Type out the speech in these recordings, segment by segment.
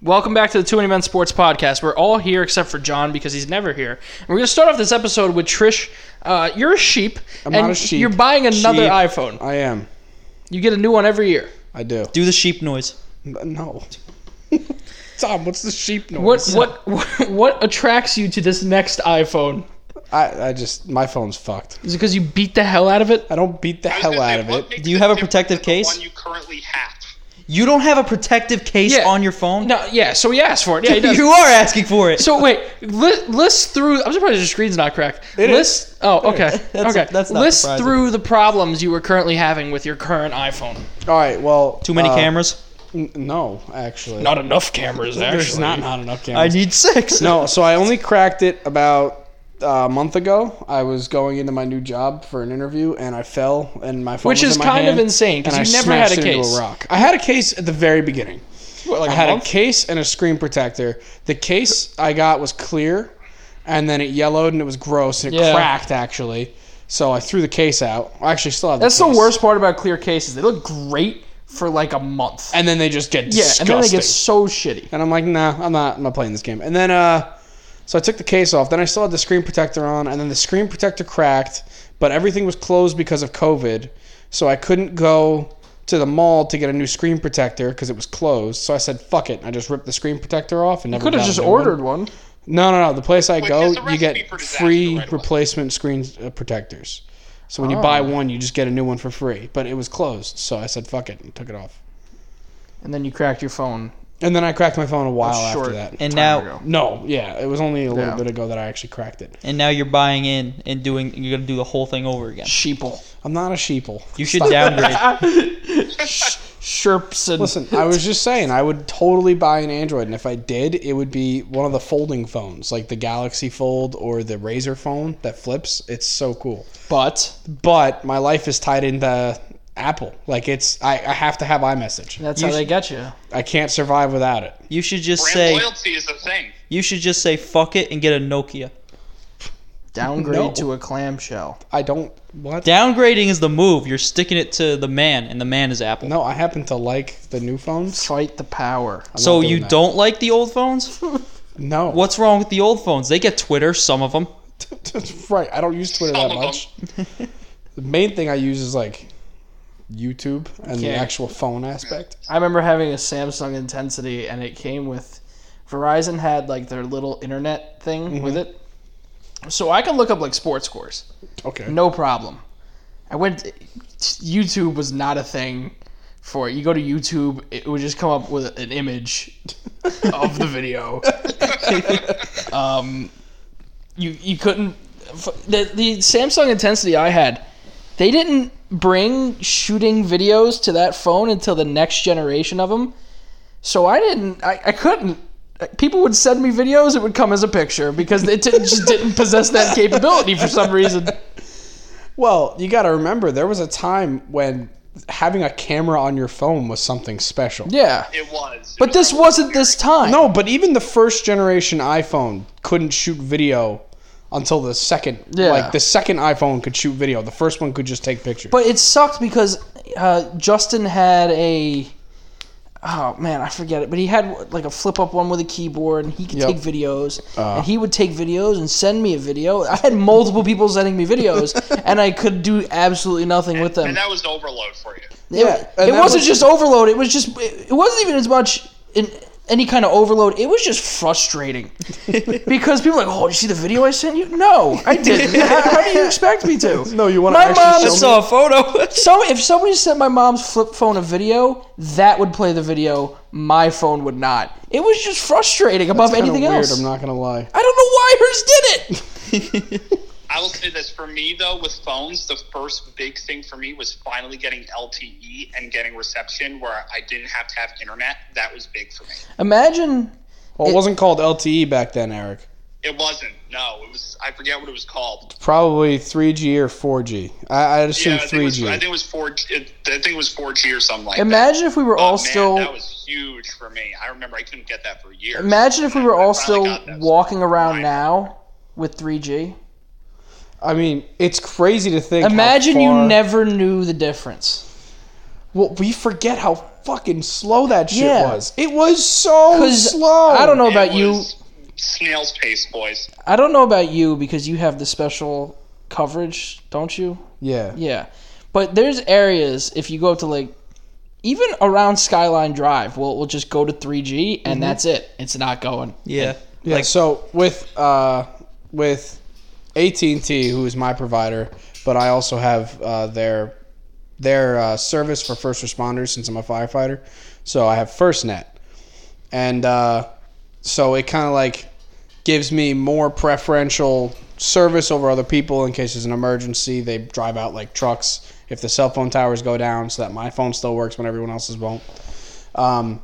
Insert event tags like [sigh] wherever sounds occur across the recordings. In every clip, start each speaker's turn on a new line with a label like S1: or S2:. S1: Welcome back to the Two Any Men Sports Podcast. We're all here except for John because he's never here. And we're going to start off this episode with Trish. Uh, you're a sheep,
S2: I'm
S1: and
S2: not a sheep.
S1: you're buying another
S2: Sheep.
S1: iPhone.
S2: I am.
S1: You get a new one every year.
S2: I do.
S3: Do the sheep noise.
S2: N- No. [laughs] Tom, what's the sheep noise?
S1: What what what, [laughs] what attracts you to this next iPhone?
S2: I, I just my phone's fucked.
S1: Is it because you beat the hell out of it?
S2: I don't beat the
S4: I was gonna
S2: hell
S4: say,
S2: out of
S4: what
S2: it.
S4: makes
S3: Do you
S4: the
S3: have a
S4: difference
S3: protective
S4: than the
S3: case?
S4: one you currently have.
S3: You don't have a protective case
S1: Yeah.
S3: on your phone?
S1: No, yeah. So he asked for it.
S3: [laughs]
S1: Yeah, he does.
S3: you are asking for it.
S1: So wait, li- list through. I'm surprised your screen's not cracked.
S2: is.
S1: list. Oh, okay.
S3: That's-
S1: okay.
S3: that's not
S1: list
S3: surprising.
S1: through the problems you are currently having with your current iPhone.
S2: All right, well,
S3: Too many
S2: uh,
S3: cameras?
S2: n- no, actually,
S1: Not enough cameras. Actually,
S2: there's not not enough
S3: I
S2: cameras.
S3: need six.
S2: no, so I only cracked it about uh, a month ago. I was going into my new job for an interview, and I fell, and my phone
S1: Which
S2: was
S1: is
S2: in my
S1: kind
S2: hand,
S1: of insane because
S2: and I
S1: you never had
S2: smashed
S1: a
S2: it
S1: case.
S2: Into a rock. I had a case at the very beginning. I had a case and a screen protector. The case I got was clear, and then it yellowed and it was gross and it
S1: Yeah.
S2: cracked actually. So I threw the case out. I actually still have. The
S1: That's the
S2: case.
S1: worst part about clear cases. They look great for like a month.
S2: And then they just get
S1: yeah,
S2: disgusting.
S1: and then they get so shitty.
S2: And I'm like, nah, I'm not. I'm not playing this game. And then, uh, so I took the case off. Then I still had the screen protector on, and then the screen protector cracked, but everything was closed because of COVID. So I couldn't go to the mall to get a new screen protector because it was closed. So I said, fuck it. and I just ripped the screen protector off and never.
S1: Could have
S2: got
S1: just
S2: a new one.
S1: ordered one.
S2: No, no, no. The place I
S4: Which
S2: go,
S4: is a
S2: you
S4: recipe
S2: get
S4: for disaster
S2: free
S4: right away.
S2: replacement screen uh, protectors. So when you buy
S1: Oh.
S2: one, you just get a new one for free. But it was closed, so I said fuck it and took it off.
S1: And then you cracked your phone.
S2: And then I cracked my phone a while
S1: That's
S2: Oh,
S1: short.
S2: after that.
S3: And
S1: time
S3: now
S1: ago.
S2: No, yeah, it was only a little
S1: Yeah.
S2: bit ago that I actually cracked it.
S3: and now you're buying in and doing you're gonna do the whole thing over again.
S1: sheeple.
S2: I'm not a
S1: [laughs]
S2: sheeple.
S3: You should downgrade.
S1: Sherps and
S2: Listen, I was just saying I would totally buy an Android, and if I did, it would be one of the folding phones, like the Galaxy Fold or the Razer phone that flips. It's so cool.
S1: but.
S2: But my life is tied into Apple. Like it's, I, I have to have iMessage.
S1: That's
S3: You
S1: how
S3: sh-
S1: they get you.
S2: I can't survive without it.
S3: You should just
S4: Brand
S3: say
S4: loyalty is a thing.
S3: you should just say fuck it and get a Nokia.
S1: Downgrade
S2: No.
S1: to a clamshell.
S2: I don't. What?
S3: Downgrading is the move. You're sticking it to the man, and the man is Apple.
S2: No, I happen to like the new phones.
S1: Fight the power.
S3: so
S2: doing
S3: you
S2: that.
S3: don't like the old phones?
S2: [laughs] No.
S3: What's wrong with the old phones? They get Twitter, some of them.
S2: [laughs] right. I don't use Twitter
S4: Some
S2: that
S4: of 'em.
S2: much. the main thing I use is like YouTube and the
S1: Okay.
S2: actual phone aspect.
S1: I remember having a Samsung Intensity, and it came with Verizon had like their little internet thing with it, so I could look up like sports scores,
S2: Okay.
S1: no problem. I went. YouTube was not a thing for it. You go to YouTube, it would just come up with an image of the video. um, you you couldn't the the Samsung Intensity I had. They didn't bring shooting videos to that phone until the next generation of them. So I didn't. I, I couldn't. People would send me videos. It would come as a picture because it didn't, just didn't possess that capability for some reason.
S2: Well, you got to remember there was a time when having a camera on your phone was something special.
S1: Yeah.
S4: It was.
S1: But this wasn't this time.
S2: No, but even the first generation iPhone couldn't shoot video until the second.
S1: Yeah.
S2: Like the second iPhone could shoot video. The first one could just take pictures.
S1: But it sucked because uh, Justin had a. Oh man, I forget it. But he had like a flip up one with a keyboard, and he could
S2: Yep.
S1: take videos.
S2: Uh.
S1: and he would take videos and send me a video. I had multiple people sending me
S2: [laughs]
S1: videos, and I could do absolutely nothing with them.
S4: And that was overload for you.
S2: Yeah,
S1: it,
S2: and
S1: it
S2: that
S1: wasn't
S2: was-
S1: just overload. It was just it, it wasn't even as much in any kind of overload. It was just frustrating
S2: [laughs]
S1: because people are like, "Oh, did you see the video I sent you?" No, I
S2: [laughs]
S1: didn't. how, how do you expect me to?
S2: No, you wanna
S1: My
S2: actually
S1: mom
S2: show
S3: I
S2: me?
S3: saw a photo. [laughs]
S1: so if somebody sent my mom's flip phone a video, that would play the video. My phone would not. It was just frustrating above
S2: Kinda
S1: anything
S2: weird,
S1: else.
S2: I'm not gonna lie.
S1: I don't know why hers did it.
S4: I will say this for me though, with phones, the first big thing for me was finally getting LTE and getting reception where I didn't have to have internet. That was big for me.
S1: Imagine
S2: [laughs] Well, it wasn't called LTE back then, Eric.
S4: It wasn't. No, it was. I forget what it was called.
S2: Probably 3G or 4G. I, I'd assume
S4: I think it was,
S2: 3G.
S4: I think it was four. It, I think it was four G or something like that.
S1: imagine if we were
S4: But,
S1: all
S4: Oh, man,
S1: still
S4: that was huge for me. I remember I couldn't get that for years.
S1: Imagine if we were
S4: I
S1: all
S4: finally
S1: still
S4: got this.
S1: walking around
S4: Right.
S1: now with 3G.
S2: I mean, it's crazy to think. how
S1: Imagine you
S2: far-
S1: never knew the difference.
S2: Well, we forget how fucking slow that shit
S1: Yeah.
S2: was. It was so
S1: 'Cause
S2: slow.
S1: I don't know
S4: It
S1: about you.
S4: was Snail's pace, boys.
S1: I don't know about you because you have the special coverage, don't you?
S2: Yeah.
S1: Yeah. But there's areas if you go up to like even around Skyline Drive, we'll we'll just go to 3G
S2: Mm-hmm.
S1: and that's it. It's not going.
S3: Yeah.
S2: Yeah.
S3: Like
S2: so with uh with AT and T, who is my provider, but I also have uh, their their uh, service for first responders since I'm a firefighter. So I have FirstNet, and uh, so it kind of like gives me more preferential service over other people in case there's an emergency. They drive out like trucks if the cell phone towers go down, so that my phone still works when everyone else's won't. Um,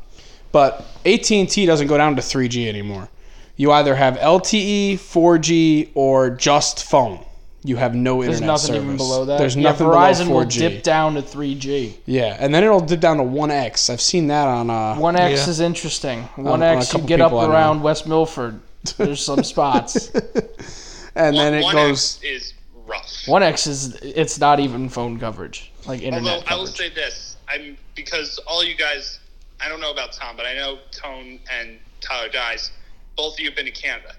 S2: but AT&T doesn't go down to 3G anymore. You either have LTE, 4G, or just phone. You have no
S1: There's
S2: internet
S1: nothing
S2: service.
S1: even below that.
S2: There's
S1: Yeah,
S2: nothing
S1: Verizon
S2: below
S1: will
S2: 4G.
S1: dip down to 3G.
S2: Yeah, and then it'll dip down to 1X. I've seen that on uh,
S1: 1X
S3: Yeah.
S1: is interesting. 1X
S2: on Uh, a
S1: you
S2: couple
S1: get up
S2: people I know.
S1: around West Milford. There's
S2: [laughs]
S1: some spots.
S2: [laughs] and then it
S4: one
S2: goes.
S4: X is rough.
S1: 1X is it's not even phone coverage, like internet
S4: Although I will
S1: coverage.
S4: say this, I'm because all you guys, I don't know about Tom, but I know Tone and Tyler dies. Both of you have been to Canada.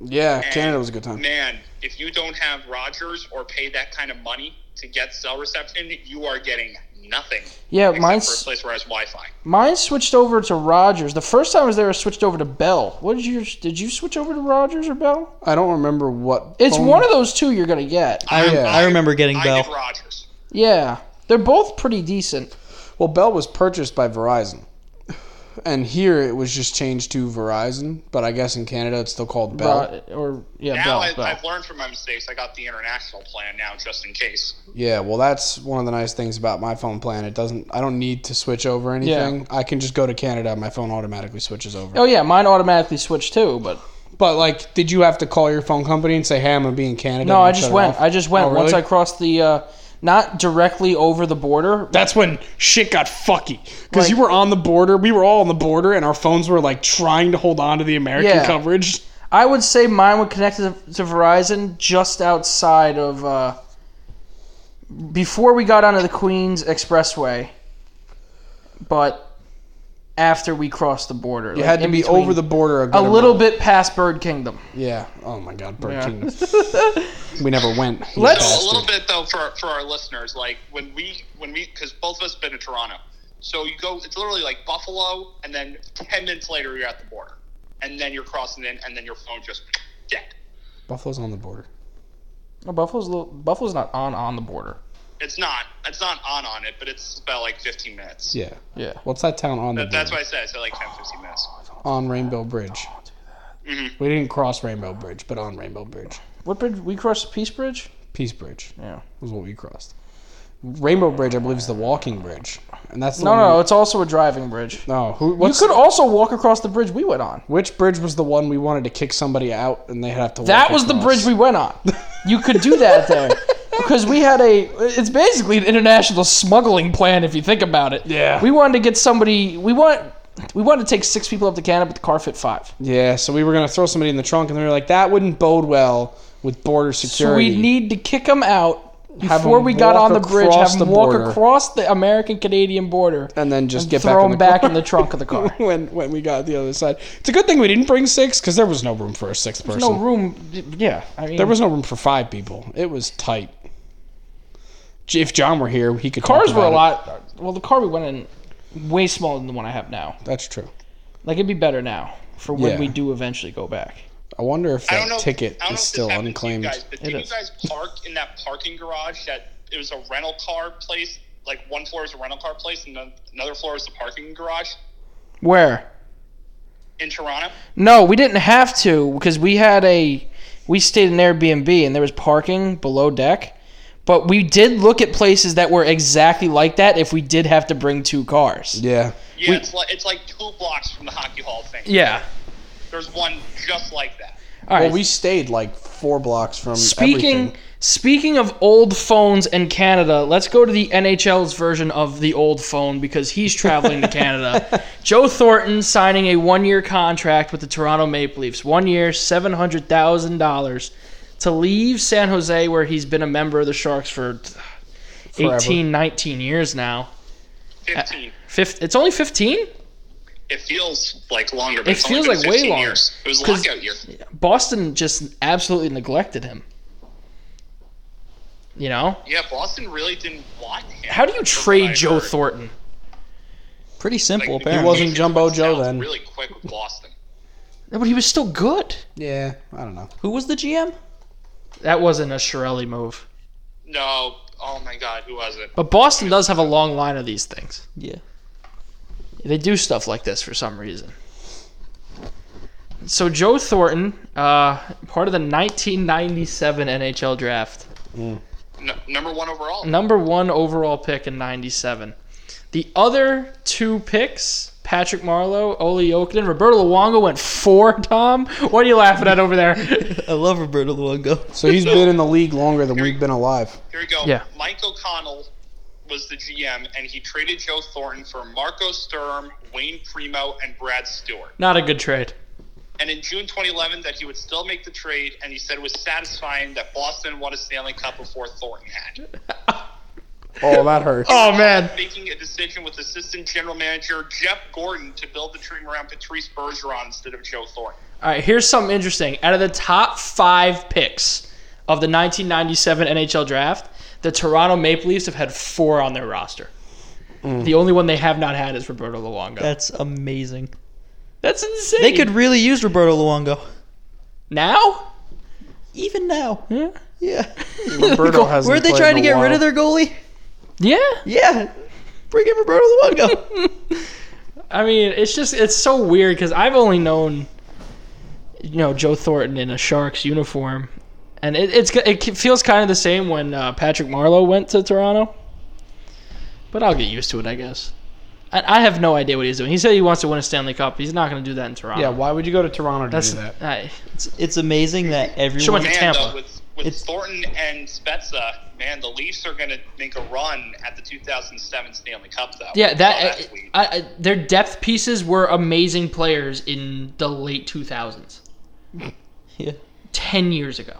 S2: Yeah,
S4: And,
S2: Canada was a good time.
S4: Man, if you don't have Rogers or pay that kind of money to get cell reception, you are getting nothing.
S1: yeah,
S4: except for a
S1: mine's
S4: place where it has Wi-Fi.
S1: mine switched over to Rogers. The first time I was there, I switched over to Bell. What did you did you switch over to Rogers or Bell?
S2: I don't remember what.
S1: It's one of those two you're gonna get.
S4: I,
S2: yeah.
S3: I remember getting
S4: I
S3: Bell.
S4: did Rogers.
S1: Yeah, they're both pretty decent.
S2: Well, Bell was purchased by Verizon, and here it was just changed to Verizon. But I guess in Canada it's still called Bell.
S1: Ro- uh, or yeah,
S4: Now I,
S1: Bell. Bell.
S4: I've learned from my mistakes. I got the international plan now, just in case.
S2: Yeah, well, that's one of the nice things about my phone plan. It doesn't. I don't need to switch over anything. I can just go to Canada. and My phone automatically switches over.
S1: Oh yeah, mine automatically switched too. But
S2: But like, did you have to call your phone company and say, "Hey, I'm gonna be in Canada"?
S1: no,
S2: and
S1: I
S2: shut
S1: just
S2: it
S1: went.
S2: off?
S1: I just went
S2: Oh,
S1: once I
S2: really?
S1: crossed the, uh, not directly over the border.
S2: That's when shit got fucky because
S1: Like-
S2: you were on the border. We were all on the border, and our phones were like trying to hold on to the American
S1: Yeah.
S2: coverage.
S1: I would say mine would connect to, to Verizon just outside of uh, before we got onto the Queens Expressway, but after we crossed the border,
S2: You had to be over the border a, good
S1: a little
S2: amount.
S1: bit past Bird Kingdom.
S2: Yeah. Oh my God, Bird
S1: Yeah. [laughs]
S2: Kingdom. we never went. You
S1: Let's-
S4: So a
S2: bastard.
S4: little bit though for for our listeners, like when we when we because both of us been to Toronto, so you go it's literally like Buffalo, and then ten minutes later you're at the border, and then you're crossing in, and then your phone just dead.
S2: Buffalo's on the border.
S1: No, Buffalo's a little, Buffalo's not on on the border.
S4: It's not it's not on on it, but it's about like fifteen minutes.
S2: Yeah.
S1: Yeah.
S2: What's that town on the
S4: That, that's
S2: border?
S4: why I said it's like 10, 15 minutes.
S2: on Rainbow Bridge.
S4: Mm-hmm.
S2: We didn't cross Rainbow Bridge, but on Rainbow Bridge,
S1: What bridge? We crossed the Peace Bridge.
S2: Peace Bridge
S1: Yeah.
S2: was what we crossed. Rainbow Bridge, I believe, is the walking bridge, and that's the
S1: No,
S2: one
S1: no,
S2: we-
S1: it's also a driving bridge.
S2: no. Who? What's
S1: you could also walk across the bridge we went on.
S2: which bridge was the one we wanted to kick somebody out, and they have to.
S1: That
S2: walk
S1: was the
S2: across?
S1: bridge we went on. You could do that
S2: [laughs]
S1: there. Because we had a, it's basically an international smuggling plan if you think about it.
S2: Yeah.
S1: We wanted to get somebody. We want, we wanted to take six people up to Canada, but the car fit five.
S2: Yeah, so we were gonna throw somebody in the trunk, and they were like, "That wouldn't bode well with border
S1: So
S2: security."
S1: we need to kick them out
S2: Have
S1: before
S2: them
S1: we got
S2: walk
S1: on the bridge.
S2: across
S1: Have
S2: the
S1: them walk
S2: border.
S1: across the American-Canadian border.
S2: and then just get
S1: throw them back
S2: back
S1: in
S2: [laughs]
S1: the trunk of the car.
S2: car. when when we got the other side. It's a good thing we didn't bring six because there was no room for a sixth person.
S1: no room. Yeah, I mean,
S2: There was no room for five people. It was tight. J- If John were here, he could. talk
S1: cars were a
S2: about it.
S1: lot. Well, the car we went in way smaller than the one I have now.
S2: That's true.
S1: Like it'd be better now for when
S2: Yeah.
S1: we do eventually go back.
S2: I wonder if
S4: I don't
S2: that
S4: know.
S2: ticket
S4: I don't know
S2: is
S4: if this
S2: still
S4: happened to you
S2: unclaimed.
S4: Guys, but
S1: It
S4: did you
S1: is.
S4: guys park in that parking garage? That it was a rental car place. Like one floor is a rental car place, and then another floor is the parking garage
S1: Where?
S4: in Toronto.
S1: No, we didn't have to because we had a we stayed in Airbnb and there was parking below deck. But we did look at places that were exactly like that if we did have to bring two cars.
S2: Yeah,
S4: Yeah, it's like it's like two blocks from the hockey hall thing.
S1: Yeah.
S4: There's one just like that.
S1: All right.
S2: well, we stayed like four blocks from.
S1: speaking
S2: everything.
S1: speaking of old phones in Canada, let's go to the NHL's version of the old phone because he's traveling to Canada.
S2: [laughs]
S1: Joe Thornton signing a one-year contract with the Toronto Maple Leafs. One year, seven hundred thousand dollars to leave San Jose, where he's been a member of the Sharks for
S2: Forever.
S1: eighteen, nineteen 18, 19 years now.
S4: 15.
S1: Fifth, it's only 15?
S4: It feels like longer. But
S1: It
S4: it's only
S1: feels
S4: been
S1: like way
S4: 15
S1: longer,
S4: Years. It was a
S1: 'cause-
S4: lockout year.
S1: Boston just absolutely neglected him. You know?
S4: Yeah, Boston really didn't want him.
S1: How do you
S4: from what I
S1: trade Joe
S4: heard.
S1: Thornton?
S3: Pretty simple,
S4: Like,
S3: apparently.
S2: He wasn't Jumbo
S4: went
S2: Joe
S4: south
S2: then.
S4: Really quick with Boston.
S1: No, But he was still good.
S2: Yeah, I don't know.
S3: Who was the GM?
S1: That wasn't a Shirelli move.
S4: No. Oh my God, who was it?
S1: But Boston does have a long line of these things.
S3: Yeah.
S1: They do stuff like this for some reason. So Joe Thornton, uh, part of the 1997 NHL draft,
S4: No, number one overall.
S1: number one overall pick in 97. The other two picks, Patrick Marlowe, Ole Jokinen, Roberto Luongo went four, Tom. What are you laughing at over there? [laughs]
S3: I love Roberto Luongo.
S2: So he's been in the league longer than we've been alive.
S4: Here we go.
S1: Yeah.
S4: Mike O'Connell was the GM, and he traded Joe Thornton for Marco Sturm, Wayne Primo, and Brad Stewart.
S1: Not a good trade.
S4: And in June 2011, that he would still make the trade, and he said it was satisfying that Boston won a Stanley Cup before Thornton had.
S2: Oh, that hurts.
S1: Oh, man.
S4: Making a decision with assistant general manager Jeff Gordon to build the team around Patrice Bergeron instead of Joe Thornton.
S1: All right, here's something interesting. Out of the top five picks of the 1997 NHL draft, the Toronto Maple Leafs have had four on their roster.
S3: Mm.
S1: The only one they have not had is Roberto Luongo.
S3: That's amazing.
S1: That's insane.
S3: They could really use Roberto Luongo.
S1: now.
S3: Even now.
S1: Yeah.
S3: Yeah.
S1: [laughs]
S2: Roberto hasn't
S3: Weren't they
S2: played
S3: trying
S2: in
S3: to
S2: a
S3: get rid
S2: while.
S3: of their goalie?
S1: Yeah. [laughs]
S3: Yeah. Bring in Roberto Luongo.
S1: I mean, it's just it's so weird because I've only known, you know, Joe Thornton in a Sharks uniform, and it, it's it feels kind of the same when uh, Patrick Marlowe went to Toronto. But I'll get used to it, I guess. I, I have no idea what he's doing. He said he wants to win a Stanley Cup. He's not going to do that in Toronto.
S2: Yeah, why would you go to Toronto to
S1: that's
S2: do that?
S1: I-
S3: it's, it's amazing that
S1: much-
S3: everyone.
S1: to
S4: Man,
S1: Tampa.
S4: though, with, with
S3: It's-
S4: Thornton and Spezza, man, the Leafs are going to make a run at the 2007 Stanley Cup, though.
S1: yeah,
S4: So
S1: that
S4: Oh,
S1: uh,
S4: that's weird.
S1: I, I, their depth pieces were amazing players in the late two thousands,
S3: Yeah.
S1: ten years ago.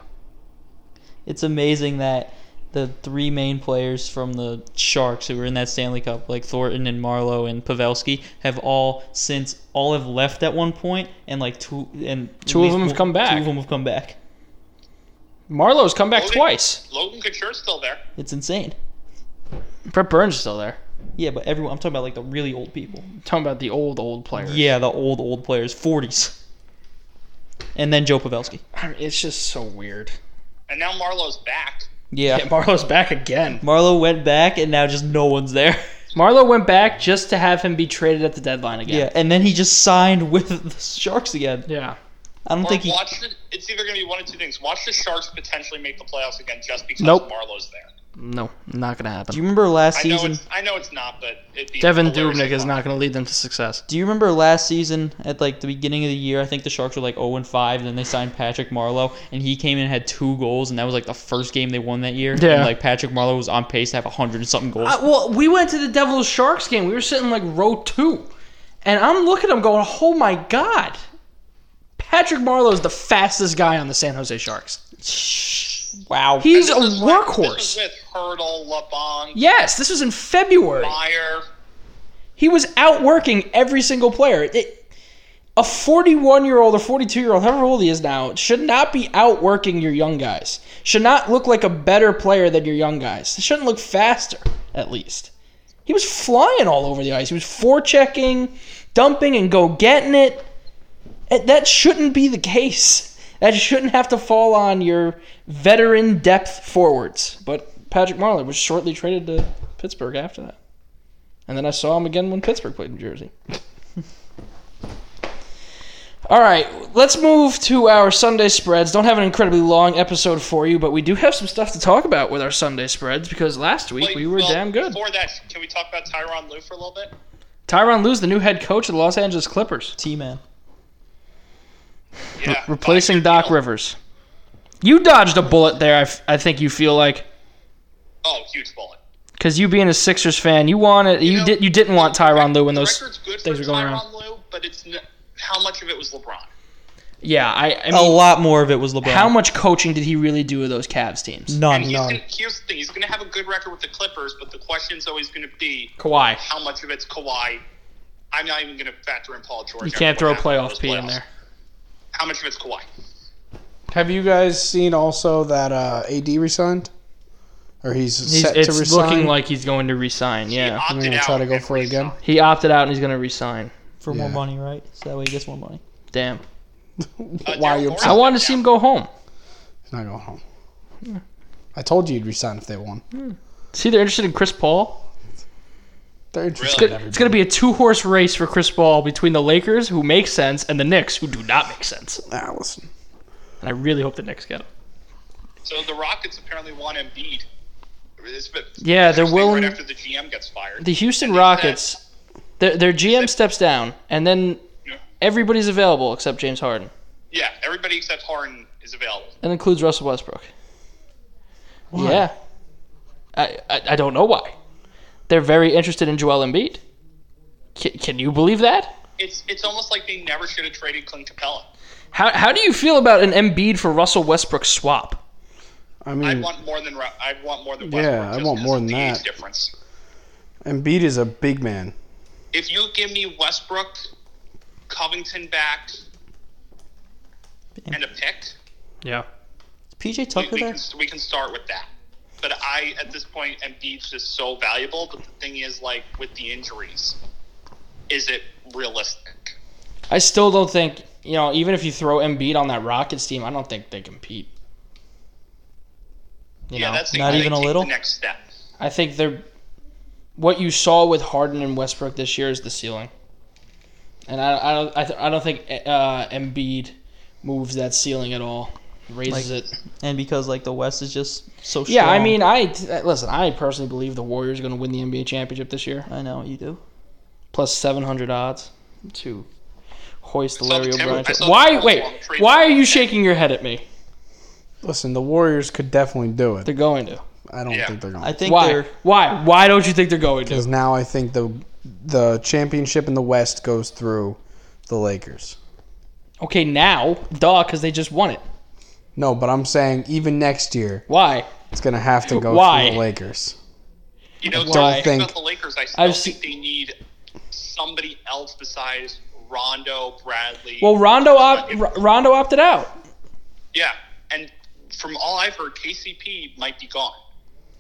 S3: It's amazing that the three main players from the Sharks who were in that Stanley Cup, like Thornton and Marlowe and Pavelski, have all since all have left at one point, and like two and at
S1: Two of
S3: least
S1: them have
S3: one-
S1: come back.
S3: Two of them have come back.
S1: Marlowe's come back
S4: Logan-
S1: twice.
S4: Logan Couture's still there.
S3: It's insane.
S1: Brett Burns is still there.
S3: Yeah, but everyone. I'm talking about like the really old people.
S1: talking about the old old players.
S3: Yeah, the old old players, 40s, and then Joe Pavelski.
S1: I mean, it's just so weird.
S4: And now Marlowe's back.
S3: Yeah.
S1: Yeah, [laughs] Marlowe's back again.
S3: Marlowe went back, and now just no one's there.
S1: Marlowe went back just to have him be traded at the deadline
S3: Yeah,
S1: again.
S3: and then he just signed with [laughs] the Sharks again.
S1: Yeah.
S3: I don't
S4: Or
S3: think he.
S4: watch the, it's either going to be one of two things. Watch the Sharks potentially make the playoffs again just because
S1: Nope.
S4: Marlowe's there.
S1: No, not gonna happen.
S3: Do you remember last
S4: I know
S3: season?
S4: it's I know it's not, but it'd be
S1: Devin
S4: hilarious
S1: Dubnik
S4: if
S1: is not gonna lead them to success.
S3: Do you remember last season at like the beginning of the year? I think the Sharks were like 0 and 5. Then they signed Patrick Marlowe, and he came in and had two goals, and that was like the first game they won that year.
S1: Yeah.
S3: And like Patrick Marlowe was on pace to have 100 and something goals.
S1: Uh, well, we went to the Devils Sharks game. We were sitting like row two, and I'm looking at him going, "Oh my god." Patrick Marlowe's the fastest guy on the San Jose Sharks.
S3: wow.
S1: He's a
S4: This was like- This was
S1: workhorse.
S4: with Hurdle, LeBon,
S1: Yes, this was in February.
S4: Meyer.
S1: He was outworking every single player. It- a 41 year old or 42 year old, however old he is now, should not be outworking your young guys. Should not look like a better player than your young guys. They shouldn't look faster, at least. He was flying all over the ice. He was forechecking, dumping, and go getting it. And That shouldn't be the case. That shouldn't have to fall on your veteran depth forwards. But Patrick Marley was shortly traded to Pittsburgh after that. And then I saw him again when Pittsburgh played in Jersey. [laughs] All right, let's move to our Sunday spreads. Don't have an incredibly long episode for you, but we do have some stuff to talk about with our Sunday spreads because last week
S4: Wait,
S1: we were
S4: well,
S1: damn good.
S4: Before that, can we talk about Tyron Lue for a little bit?
S1: Tyron Lue's the new head coach of the Los Angeles Clippers,
S3: T man.
S4: Yeah.
S1: replacing Doc Rivers. You dodged a bullet there, I, f- I think you feel like.
S4: Oh, huge bullet.
S1: Because you being a Sixers fan, you wanted you,
S4: know,
S1: did you didn't want Tyron Lue when
S4: the
S1: those
S4: record's good
S1: things
S4: for
S1: were going
S4: Tyronn
S1: around.
S4: Lue, but it's n- how much of it was LeBron?
S1: Yeah, I, I mean,
S3: a lot more of it was LeBron.
S1: how much coaching did he really do with those Cavs teams?
S3: None.
S4: And he's
S2: none.
S4: gonna, here's the thing: he's going to have a good record with the Clippers, but the question's always going to be
S1: Kawhi.
S4: how much of it's Kawhi. I'm not even going to factor in Paul George.
S1: You can't throw
S4: What happened in
S1: playoff
S4: those
S1: P in
S4: playoffs.
S1: there.
S4: How much of it's Kawhi?
S2: Have you guys seen also that uh, AD resigned, or he's,
S1: He's,
S2: set to
S1: it's
S2: resign?
S1: looking like he's going to resign.
S4: he
S1: Yeah,
S4: opted
S2: gonna
S4: out
S2: try to go
S4: and
S2: for it again.
S4: resigned.
S1: he opted out and he's going to resign.
S3: for
S2: Yeah.
S3: more money, right? So that way he gets more money.
S1: Damn,
S4: Uh,
S2: Why are you
S4: Daryl
S2: upset?
S1: I wanted to see him go home.
S2: He's not going home. I told you you'd resign if they won.
S1: See, they're interested in Chris Paul.
S2: They're
S1: It's
S2: interested.
S1: good- It's
S2: in everybody.
S1: going to be a two-horse race for Chris Paul between the Lakers, who make sense, and the Knicks, who do not make sense.
S2: Ah, listen.
S1: And I really hope the Knicks get him.
S4: So the Rockets apparently want Embiid. It's been-
S1: Yeah, they're
S4: interesting
S1: willing-
S4: Right after the GM gets fired.
S1: The Houston
S4: And they said-
S1: Rockets, their, their GM steps down, and then
S4: Yeah.
S1: everybody's available except James Harden.
S4: Yeah, everybody except Harden is available.
S1: That includes Russell Westbrook. Yeah. I, I, I don't know why. They're very interested in Joel Embiid. Can, can you believe that?
S4: It's it's almost like they never should have traded Clint Capella.
S1: How, how do you feel about an Embiid for Russell Westbrook swap?
S2: I
S4: I
S1: Hmm.
S2: mean,
S4: want more than Ru- I want more than
S2: Yeah,
S4: Westbrook.
S2: I
S4: just
S2: want
S4: 'cause
S2: more
S4: of
S2: than
S4: the age
S2: that.
S4: difference.
S2: Embiid is a big man.
S4: If you give me Westbrook, Covington back, and a pick,
S1: Yeah.
S3: Is PJ
S4: we,
S3: Tucker
S4: we,
S3: there?
S4: can, we can start with that. But I, at this point, Embiid's just so valuable. But the thing is, like with the injuries, is it realistic?
S1: I still don't think, you know, even if you throw Embiid on that Rockets team, I don't think they compete. You
S4: yeah,
S1: know?
S4: that's the
S3: not
S4: they
S3: even a
S4: take
S3: little?
S4: The next step.
S1: I think they're what you saw with Harden and Westbrook this year is the ceiling, and I, I don't I, th- I don't think uh, Embiid moves that ceiling at all, raises
S3: Like-
S1: it.
S3: And because like the West is just so strong.
S1: Yeah, I mean I listen. I personally believe the Warriors are going to win the NBA championship this year,
S3: I know you do.
S1: plus seven hundred odds to hoist the
S4: I saw the
S1: Larry
S4: Timber-
S1: O'Brien.
S4: I saw the
S1: Why
S4: Timberwolves
S1: wait?
S4: on trade
S1: Why are
S4: block.
S1: you shaking your head at me?
S2: Listen, the Warriors could definitely do it.
S1: They're going to.
S2: I don't
S4: Yeah.
S2: think they're going.
S3: I
S2: to
S3: think
S1: Why?
S3: they're
S1: Why? Why don't you think they're going
S2: Because
S1: to?
S2: now I think the the championship in the West goes through the Lakers.
S1: Okay, now, duh, because they just won it.
S2: No, but I'm saying even next year
S1: Why?
S2: it's gonna have to go
S1: Why?
S2: through the Lakers.
S4: You know,
S1: don't
S4: talking
S2: think-
S4: about the Lakers. I still
S1: I've
S4: think
S1: se-
S4: they need somebody else besides Rondo, Bradley.
S1: Well, Rondo op- R- Rondo opted out.
S4: yeah, and from all I've heard, KCP might be gone.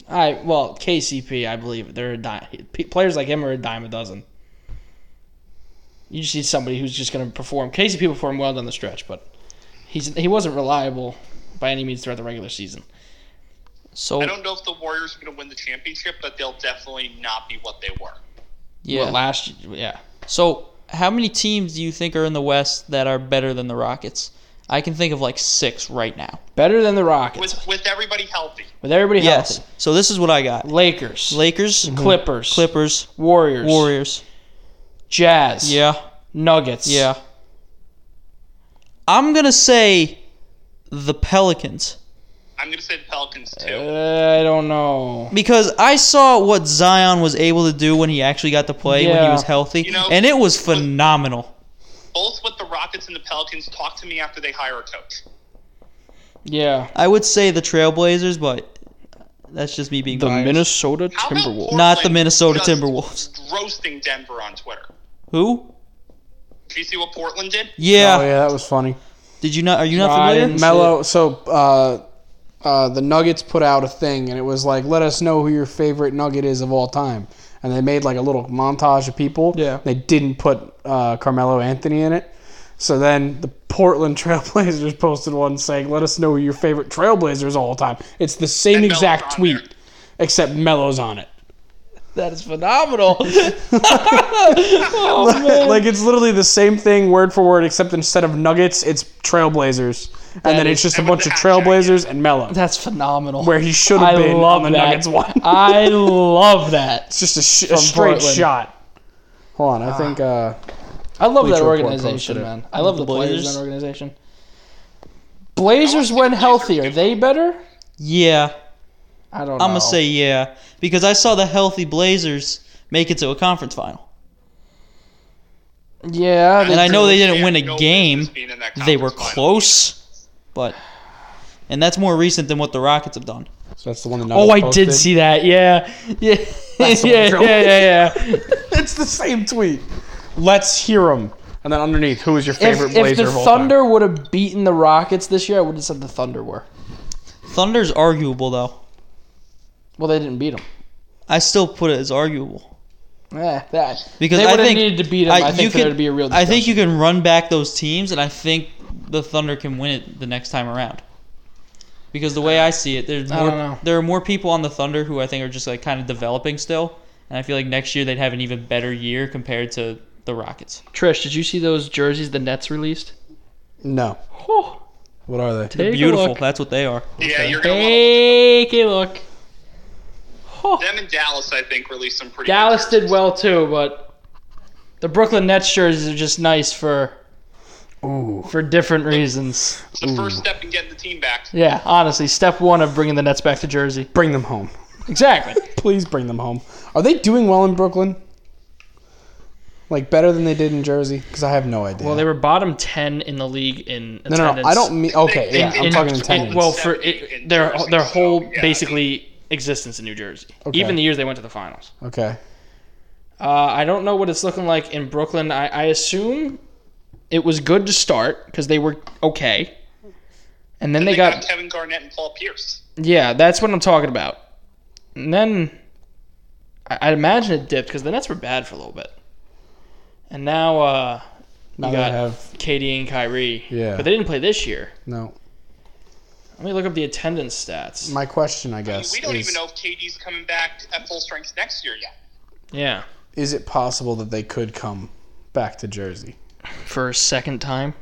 S1: I well KCP, I believe they're a dime. Players like him are a dime a dozen. You just need somebody who's just going to perform. KCP performed well down the stretch, but he's he wasn't reliable by any means throughout the regular season. So
S4: I don't know if the Warriors are going to win the championship, but they'll definitely not be what they were.
S3: yeah.
S1: what, last yeah,
S3: So, how many teams do you think are in the West that are better than the Rockets? I can think of like six right now.
S1: better than the Rockets
S4: With with everybody healthy,
S1: with everybody
S3: Yes.
S1: healthy.
S3: So this is what I got:
S1: Lakers,
S3: Lakers,
S1: Mhm. Clippers,
S3: Clippers,
S1: Warriors,
S3: Warriors.
S1: Jazz,
S3: Yeah,
S1: Nuggets,
S3: yeah. I'm gonna say the Pelicans
S4: I'm going to say the Pelicans too.
S1: Uh, I don't know.
S3: because I saw what Zion was able to do when he actually got to play when he
S1: Yeah.
S3: was healthy,
S4: You know-
S3: and it was phenomenal.
S4: Both with the Rockets and the Pelicans, talk to me after they hire a coach.
S1: Yeah,
S3: I would say the Trailblazers, but that's just me being biased.
S1: Minnesota
S4: How about
S3: not the
S4: Portland
S3: Minnesota
S4: just
S3: Timberwolves.
S4: Roasting Denver on Twitter.
S3: Who?
S4: Did you see what Portland did?
S3: Yeah.
S2: Oh yeah, that was funny.
S3: Did you not? Are you not
S1: No, I
S3: familiar?
S1: didn't-
S2: Mello. So uh, uh, the Nuggets put out a thing, and it was like, "Let us know who your favorite Nugget is of all time." And they made like a little montage of people.
S1: Yeah.
S2: They didn't put uh, Carmelo Anthony in it. So then the Portland [laughs] Trailblazers posted one saying, "Let us know who your favorite Trailblazers of all time." It's the same
S4: And Melo's
S2: exact
S4: on
S2: tweet,
S4: there.
S2: except Melo's on it.
S1: That is [laughs] phenomenal.
S2: [laughs]
S1: Oh,
S2: Like it's literally the same thing word for word, except instead of Nuggets, it's Trailblazers, and then
S1: is-
S2: it's just a
S4: and with
S2: bunch
S1: [laughs]
S4: the
S2: of
S4: hashtag,
S2: Trailblazers and Melo.
S1: That's phenomenal.
S2: where he should have been on the
S1: that.
S2: Nuggets one.
S1: [laughs] I love that.
S2: it's just a, sh- a straight
S1: Portland.
S2: shot. Hold on, I think uh,
S1: I love that
S2: Bleacher Report posted
S1: organization,
S2: it.
S1: man. I love
S3: The
S1: the players in
S3: Blazers.
S1: that organization. Blazers
S4: I
S1: when
S4: want to see the
S1: healthy,
S4: Blazers
S1: are
S4: do
S1: they better?
S3: yeah.
S1: I don't know.
S3: I'm gonna say yeah because I saw the healthy Blazers make it to a conference final.
S1: Yeah,
S3: And I know they didn't
S4: They
S3: win
S4: have
S3: a
S4: no
S3: game.
S4: business being in that
S3: They were
S4: conference final.
S3: close, but and that's more recent than what the Rockets have done.
S2: So that's the one that.
S1: Oh, I
S2: Nuggets
S1: did
S2: posted.
S1: see that. Yeah, [laughs] yeah, yeah,
S2: the
S1: yeah,
S2: one, Joe.
S1: yeah, yeah.
S2: [laughs] It's the same tweet. Let's hear him. And then underneath, who is your
S1: If,
S2: favorite
S1: if
S2: Blazer
S1: the
S2: of all
S1: Thunder would have beaten the Rockets this year, I would have said the Thunder were.
S3: [laughs] Thunder's arguable though.
S1: Well, they didn't beat them.
S3: I still put it as arguable
S1: Yeah, Eh, that
S3: because
S1: they
S3: I
S1: would have
S3: think
S1: needed to beat them. I, think for there to be a real.
S3: I
S1: Discussion.
S3: think you can run back those teams, and I think the Thunder can win it the next time around. Because the way I see it, there's
S1: I
S3: more,
S1: don't know.
S3: there are more people on the Thunder who I think are just like kind of developing still, and I feel like next year they'd have an even better year compared to the Rockets.
S1: Trish, did you see those jerseys the Nets released?
S2: time? No. What are they?
S1: Take a
S3: Beautiful,
S1: look.
S3: that's what they are.
S4: Yeah, you're gonna want
S1: Take a look. Oh,
S4: them in Dallas. I think released some pretty. good
S1: Dallas
S4: jerseys.
S1: did well too, but the Brooklyn Nets jerseys are just nice for
S2: Ooh.
S1: for different reasons.
S4: It's the first step in getting the team back.
S1: Yeah, honestly, step one of bringing the Nets back to Jersey.
S2: Bring them home.
S1: Exactly.
S2: Please bring them home. Are they doing well in Brooklyn? Like better than they did in Jersey? Because I have no idea.
S1: Well, they were bottom ten in the league in
S2: no,
S1: attendance.
S2: no, no. I don't mean. Okay,
S4: They-
S2: yeah.
S4: they-
S2: I'm
S4: they-
S2: talking in
S4: they-
S2: attendance.
S1: well, for
S4: Seventy
S1: it,
S4: in
S1: their
S4: Jersey,
S1: their
S4: so,
S1: whole
S4: yeah, I mean-
S1: basically existence in New Jersey,
S2: Okay.
S1: even the years they went to the finals.
S2: okay.
S1: Uh, I don't know what it's looking like in Brooklyn. I, I assume it was good to start because they were okay, and then
S4: They,
S1: they,
S4: got,
S1: got
S4: Kevin Garnett and Paul Pierce.
S1: Yeah, that's what I'm talking about. And then I- I'd imagine it dipped because the Nets were bad for a little bit. And now uh,
S2: Now
S1: you
S2: they
S1: got
S2: have
S1: KD and Kyrie.
S2: Yeah.
S1: But they didn't play this year.
S2: no.
S1: Let me look up the attendance stats.
S2: My question, I guess,
S4: we don't
S2: is,
S4: even know if KD's coming back at full strength next year yet.
S1: yeah.
S2: is it possible that they could come back to Jersey?
S1: For a second time.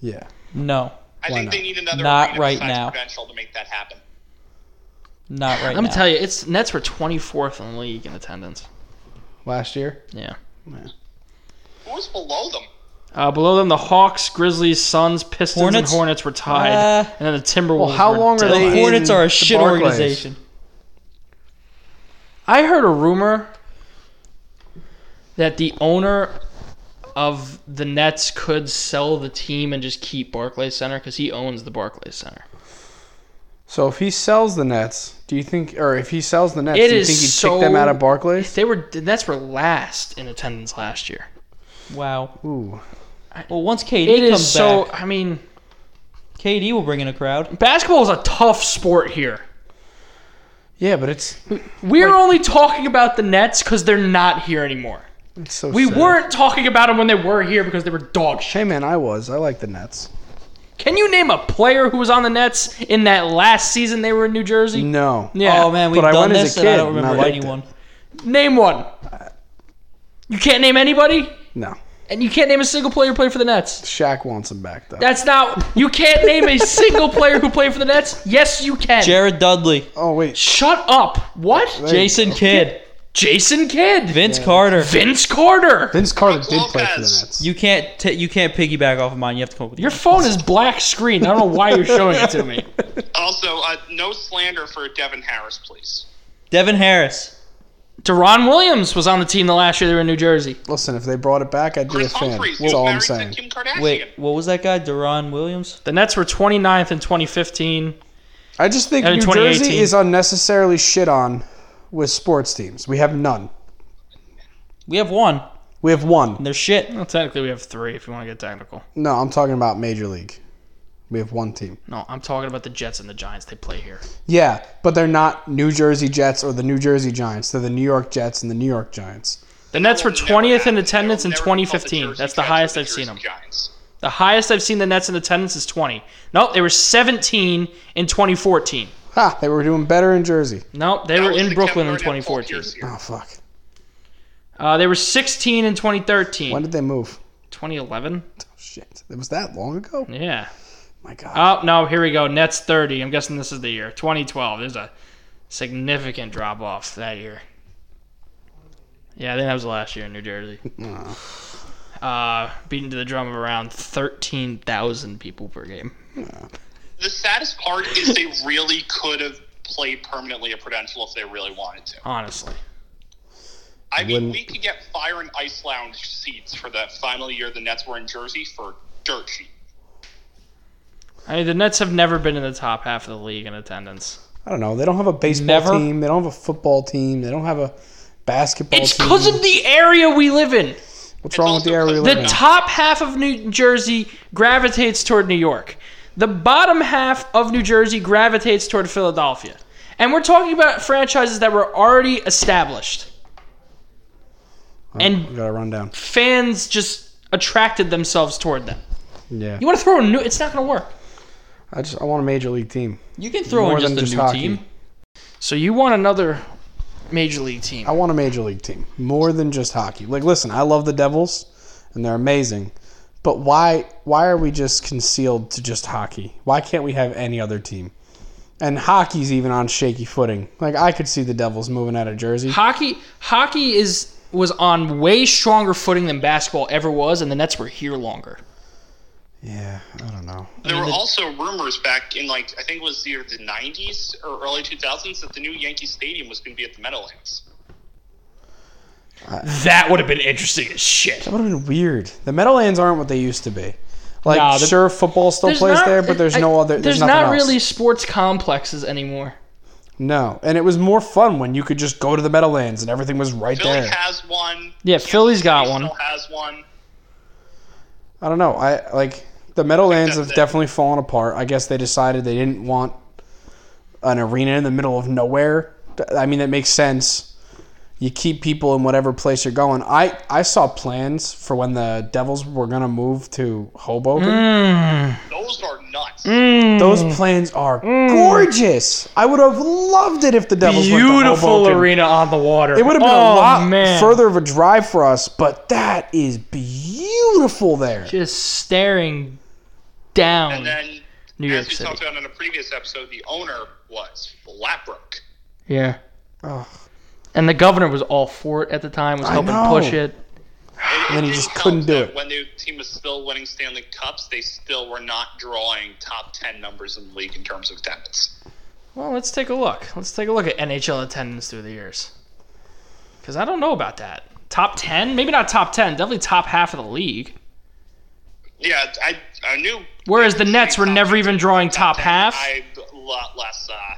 S2: Yeah.
S3: No,
S4: I
S2: Why
S4: think they
S2: not?
S4: need another
S3: Not
S4: arena
S3: right
S4: besides
S3: now.
S4: Prudential to make that happen.
S3: not right
S1: I'm
S3: now.
S1: gonna tell you, it's Nets were 24th in the league in attendance.
S2: Last year?
S1: Yeah.
S4: Who was below them?
S1: Uh, below them, the Hawks, Grizzlies, Suns, Pistons, and
S3: Hornets?
S1: Hornets were tied,
S3: Uh,
S1: and then the Timberwolves.
S2: Well, how
S1: were
S2: long are
S1: dead
S2: they
S1: last.
S2: in
S3: Hornets are
S2: the
S3: a shit
S2: Barclays?
S3: organization.
S1: I heard a rumor that the owner of the Nets could sell the team and just keep Barclays Center because he owns the Barclays Center.
S2: So if he sells the Nets, do you think, or if he sells the Nets,
S1: It
S2: do you
S1: is
S2: think he'd
S1: so-
S2: kick them out of Barclays?
S1: They were the Nets were last in attendance last year.
S3: Wow.
S2: Ooh.
S3: Well, once KD
S1: It
S3: comes
S1: is so.
S3: back,
S1: I mean,
S3: KD will bring in a crowd.
S1: basketball is a tough sport here.
S2: Yeah, but it's
S1: We're only talking about the Nets because they're not here anymore.
S2: it's so.
S1: We
S2: sad.
S1: weren't talking about them when they were here because they were dog shit.
S2: Hey man, I was. I like the Nets.
S1: Can you name a player who was on the Nets in that last season they were in New Jersey?
S2: No.
S1: Yeah.
S3: Oh man,
S2: But
S3: we've
S2: I
S3: done
S2: went as a
S3: this and I
S2: kid, and
S3: don't
S2: I
S3: remember
S2: liked it.
S3: anyone.
S1: Name one. You can't name anybody,
S2: No.
S1: and you can't name a single player who played for the Nets.
S2: Shaq wants him back though.
S1: That's not. You can't name a single player who played for the Nets. Yes, you can.
S3: Jared Dudley,
S2: oh wait.
S1: Shut up. What?
S3: Jason Kidd,
S1: Jason Kidd.
S3: Vince Carter.
S1: Vince Carter.
S2: Vince Carter
S4: Brooke
S2: did play for the
S4: Lopez.
S2: Nets.
S3: You can't t- you can't piggyback off of mine. You have to come up with
S1: Your
S3: your.
S1: phone is black screen. I don't know why you're showing it to
S2: [laughs]
S1: me.
S4: Also, uh, no slander for Devin Harris, please.
S3: Devin Harris.
S1: Deron Williams was on the team the last year they were in New Jersey.
S2: Listen, if they brought it back, I'd be a
S4: Chris
S2: fan.
S4: Humphries,
S2: That's
S4: who's
S2: all I'm
S4: married
S2: saying.
S4: to Kim Kardashian.
S3: Wait, what was that guy? Deron Williams.
S1: The Nets were 29th in 2015.
S2: I just think
S1: And in
S2: New Jersey
S1: 2018.
S2: is unnecessarily shit on with sports teams. We have none.
S3: We have one.
S2: We have one.
S3: And they're shit.
S1: Well, technically, we have three if you want to get technical.
S2: No, I'm talking about Major League. We have one team.
S1: No, I'm talking about the Jets and the Giants. They play here.
S2: Yeah, but they're not New Jersey Jets or the New Jersey Giants. They're the New York Jets and the New York Giants.
S1: The Nets were
S4: Never
S1: 20th in
S4: happened.
S1: attendance in
S4: Never called the
S1: 2015.
S4: Jersey
S1: That's the
S4: Jets
S1: highest
S4: the
S1: I've seen
S4: Jersey
S1: them.
S4: Giants.
S1: The highest I've seen the Nets in attendance is 20. Nope, they were 17 in 2014.
S2: Ha! They were doing better in Jersey.
S1: Nope, they
S4: That
S1: were
S4: was
S1: in
S4: the
S1: Brooklyn in
S4: Kevin Garnett, Paul
S1: 2014.
S4: Pierce year.
S2: Oh fuck!
S1: Uh, they were 16 in 2013.
S2: When did they move?
S1: 2011?
S2: Oh, shit! It was that long ago.
S1: Yeah.
S2: My God.
S1: Oh, no, here we go. Nets 30. I'm guessing this is the year. 2012. There's a significant drop off that year. Yeah, I think that was last year in New Jersey.
S2: Aw.
S1: Uh, beaten to the drum of around 13,000 people per game.
S4: The saddest part is they really could have played permanently at Prudential if they really wanted to.
S1: Honestly.
S4: I mean,
S5: When-
S4: we could get fire and ice lounge seats for the final year the Nets were in Jersey for dirt cheap.
S1: I mean, the Nets have never been in the top half of the league in attendance.
S2: I don't know. They don't have a baseball
S3: Never.
S2: team. They don't have a football team. They don't have a basketball
S1: It's
S2: team.
S1: because of the area we live in.
S2: What's wrong with
S4: also
S2: the area we
S4: because-
S2: live
S1: The
S2: in?
S1: top half of New Jersey gravitates toward New York. The bottom half of New Jersey gravitates toward Philadelphia. And we're talking about franchises that were already established.
S2: Oh,
S1: And
S2: we got to run down.
S1: fans just attracted themselves toward them.
S2: Yeah.
S1: You want to throw a new it's not going to work.
S2: I just I want a major league team.
S3: You can throw
S2: More
S3: in just
S2: than
S3: a
S2: just
S3: new
S2: hockey.
S3: team.
S1: So you want another major league team.
S2: I want a major league team more than just hockey. Like, listen, I love the Devils, and they're amazing, but why why are we just concealed to just hockey? Why can't we have any other team? And hockey's even on shaky footing. Like, I could see the Devils moving out of Jersey.
S1: Hockey hockey is was on way stronger footing than basketball ever was and the Nets were here longer.
S2: Yeah, I don't know.
S4: There were also rumors back in like I think it was either the '90s or early 2000s that the new Yankee Stadium was going to be at the Meadowlands.
S1: That would have been interesting as shit.
S2: That would have been weird. The Meadowlands aren't what they used to be. Like,
S1: Nah, the-
S2: sure, football still plays
S1: not-
S2: there, but there's
S1: I-
S2: no other. There's,
S1: There's,
S2: nothing
S1: not
S2: else.
S1: really sports complexes anymore.
S2: No, and it was more fun when you could just go to the Meadowlands and everything was right
S4: Philly
S2: there.
S4: has one.
S1: Yeah, Philly's got
S4: Houston
S1: one.
S4: has one.
S2: I don't know. I like the Meadowlands have
S4: That's it.
S2: definitely fallen apart. I guess they decided they didn't want an arena in the middle of nowhere. Th- I mean, that makes sense. You keep people in whatever place you're going. I I saw plans for when the Devils were gonna move to Hoboken.
S1: Mm.
S4: Those are nuts.
S2: Mm. Those plans are gorgeous. I would have loved it if the Devils went to
S1: Beautiful
S2: Hoboken.
S1: arena on the water.
S2: It would have been
S1: oh,
S2: a lot
S1: man.
S2: further of a drive for us, but that is beautiful there.
S1: Just staring down.
S4: And then,
S1: New
S4: as
S1: York
S4: we
S1: City.
S4: talked about in a previous episode, the owner was Flatbrook.
S2: [sighs]
S1: yeah.
S2: Ugh.
S1: And the governor was all for it at the time. Was helping
S2: know.
S1: push it.
S4: And
S2: then he just couldn't do it.
S4: When the team was still winning Stanley Cups, they still were not drawing top 10 numbers in the league in terms of attendance.
S1: Well, let's take a look. Let's take a look at NHL attendance through the years. Because I don't know about that. Top ten? Maybe not top ten. Definitely top half of the league.
S4: Yeah, I, I knew.
S1: Whereas the Nets were never even drawing top half.
S4: I'm a lot less uh,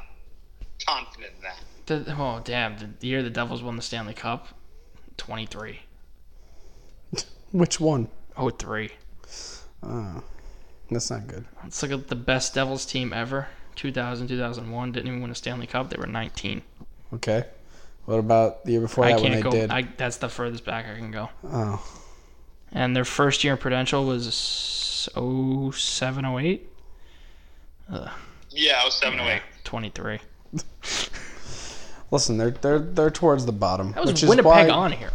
S4: confident in that.
S1: The, oh damn! The, the year the Devils won the Stanley Cup, twenty three.
S2: Which one?
S1: Oh three.
S2: Oh, that's not good.
S1: Let's look at the best Devils team ever. 2000, 2001 didn't even win a Stanley Cup. They were 19.
S2: Okay. What about the year before
S1: I
S2: that when
S1: can't go.
S2: they did?
S1: I, that's the furthest back I can go.
S2: oh,
S1: And their first year in Prudential was 07, 08?
S4: Yeah, I was oh 7 08.
S1: 23.
S2: listen, they're they're they're towards the bottom.
S1: That was
S2: which
S1: Winnipeg
S2: is why,
S1: on here.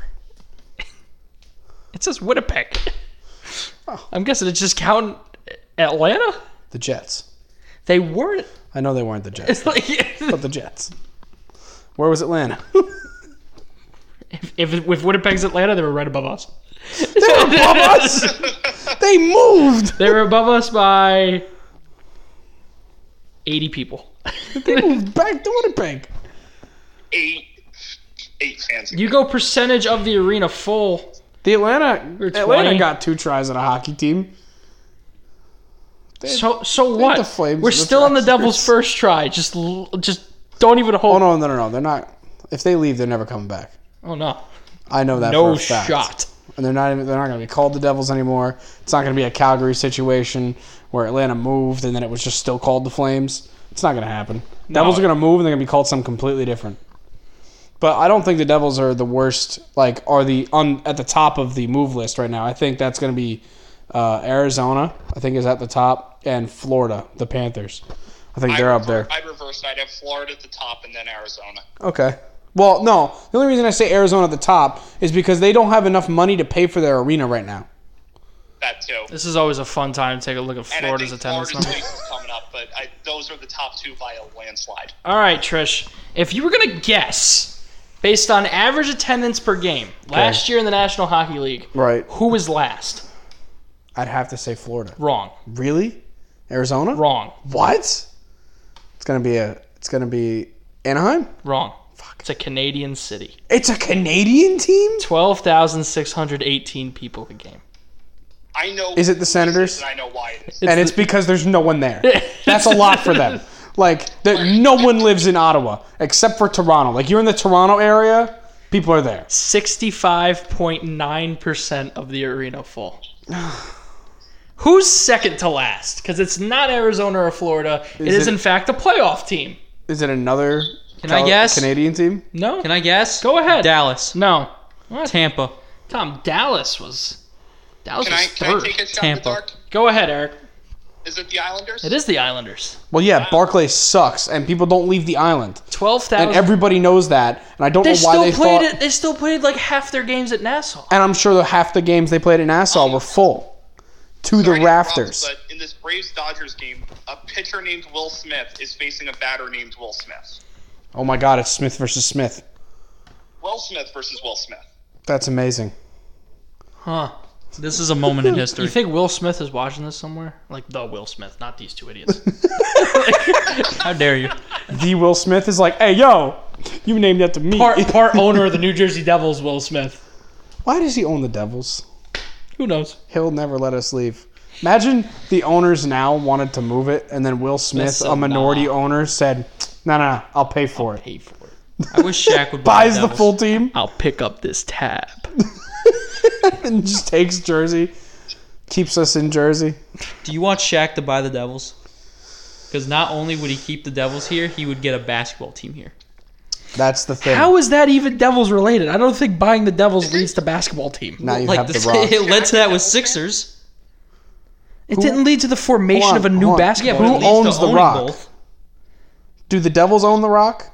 S1: [laughs] it says Winnipeg.
S2: [laughs]
S1: I'm guessing it's just counting Atlanta?
S2: The Jets.
S1: They weren't. [laughs]
S2: I know they weren't the Jets,
S1: It's like [laughs]
S2: but the Jets. Where was Atlanta? [laughs]
S1: if, if Winnipeg's Atlanta, they were right above us.
S2: they were
S1: [laughs]
S2: above us.
S4: [laughs]
S2: They moved.
S1: They were above us by 80
S2: [laughs]
S1: people.
S2: They moved back to Winnipeg.
S4: Eight, eight fans.
S1: You go percentage of the arena full.
S2: The Atlanta
S1: We're 20.
S2: Atlanta got two tries on a hockey team. They-
S1: So so what?
S2: the Flames
S1: We're
S2: and the
S1: still on the Devils'
S2: Thrashers.
S1: first try. Just l- just don't even
S2: oh
S1: hold.
S2: no, no, no, no. They're not. If they leave, they're never coming back.
S1: Oh no,
S2: I know that. for
S1: no
S2: a fact.
S1: shot.
S2: and they're not even, they're not going to be called the Devils anymore. It's not going to be a Calgary situation where Atlanta moved and then it was just still called the Flames. It's not going to happen. Devils are going to move and they're going to be called something completely different. But I don't think the Devils are the worst. Like are the on at the top of the move list right now. I think that's going to be uh, Arizona. I think is at the top and Florida, the Panthers. I think they're
S4: I
S2: up there.
S4: rever- I reversed. I'd have Florida at the top and then Arizona.
S2: Okay. Well, no. The only reason I say Arizona at the top is because they don't have enough money to pay for their arena right now.
S4: That too.
S1: This is always a fun time to take a look at
S4: And I
S1: Florida's
S4: think
S1: attendance
S4: Florida's
S1: number.
S4: lease is coming up, but I, those are the top two by a landslide.
S1: All right, Trish. If you were gonna guess, based on average attendance per game last year in the National Hockey League,
S2: Right.
S1: who was last?
S2: I'd have to say Florida.
S1: Wrong.
S2: Really? Arizona?
S1: Wrong.
S2: What? It's gonna be a. It's gonna be Anaheim.
S1: Wrong. It's a Canadian city.
S2: It's a Canadian team.
S1: Twelve thousand six hundred eighteen people a game.
S4: I know.
S2: Is it the Senators?
S4: And I know why it is.
S2: and it's because there's no one
S3: [laughs]
S2: there. That's a lot for them. Like there, no one lives in Ottawa except for Toronto. Like you're in the Toronto area, people are there.
S1: Sixty-five point nine percent of the arena full. [sighs] Who's second to last? Because it's not Arizona or Florida. it is
S2: it-
S1: in fact a playoff team.
S2: Is it another? Can
S3: I guess?
S2: Canadian team?
S1: No.
S3: Can I guess?
S1: Go ahead.
S3: Dallas.
S1: no.
S3: Tampa.
S1: Tom, Dallas was. Dallas
S4: Can I,
S1: was
S4: can I
S1: third.
S4: take a shot in
S3: Tampa.
S4: the dark?
S1: Go ahead, Eric.
S4: Is it the Islanders?
S1: It is the Islanders.
S2: Well, yeah, Barclay sucks, and people don't leave the island,
S1: Twelve
S2: and
S1: thousand.
S2: everybody knows that. And I don't
S1: they
S2: know why
S1: still
S2: they
S1: played
S2: thought.
S1: it. They still played like half their games at Nassau.
S2: And I'm sure that half the games they played in Nassau were full, to the
S4: Sorry to interrupt,
S2: rafters.
S4: but in this Braves Dodgers game, a pitcher named Will Smith is facing a batter named Will Smith.
S2: Oh my God, it's Smith versus Smith.
S4: Will Smith versus Will Smith.
S2: That's amazing.
S1: Huh.
S3: This is a moment
S1: [laughs]
S3: in
S1: You
S3: history.
S1: think Will Smith is watching this somewhere? Like the Will Smith, not these two idiots.
S3: How dare you?
S2: The Will Smith is like, hey yo, you named that to me.
S1: part part owner of the New Jersey Devils, Will Smith.
S2: Why does he own the Devils?
S1: Who knows?
S2: He'll never let us leave. Imagine the owners now wanted to move it, and then Will Smith,
S3: That's so
S2: a minority
S3: nah.
S2: owner, said, "No, no, no, I'll pay for it."
S1: Pay for it.
S3: I wish Shaq would buy
S2: Buys the
S3: Devils.
S2: full team
S1: I'll pick up this tab.
S2: and just takes Jersey, keeps us in Jersey.
S3: Do you want Shaq to buy the Devils? Because not only would he keep the Devils here, he would get a basketball team here.
S2: That's the thing.
S1: How is that even Devils related? I don't think buying the Devils leads to basketball team.
S2: now you
S3: Like
S2: have the,
S3: the, [laughs]
S2: rock.
S3: it led to that
S2: [laughs]
S3: with Sixers.
S1: It didn't lead to the formation
S2: Hold
S1: of
S2: on,
S1: a new
S2: hold on.
S1: basketball.
S3: but
S2: Who
S3: it
S1: team.
S3: leads to
S2: owns the
S3: owning
S2: Rock? Do the Devils own the Rock?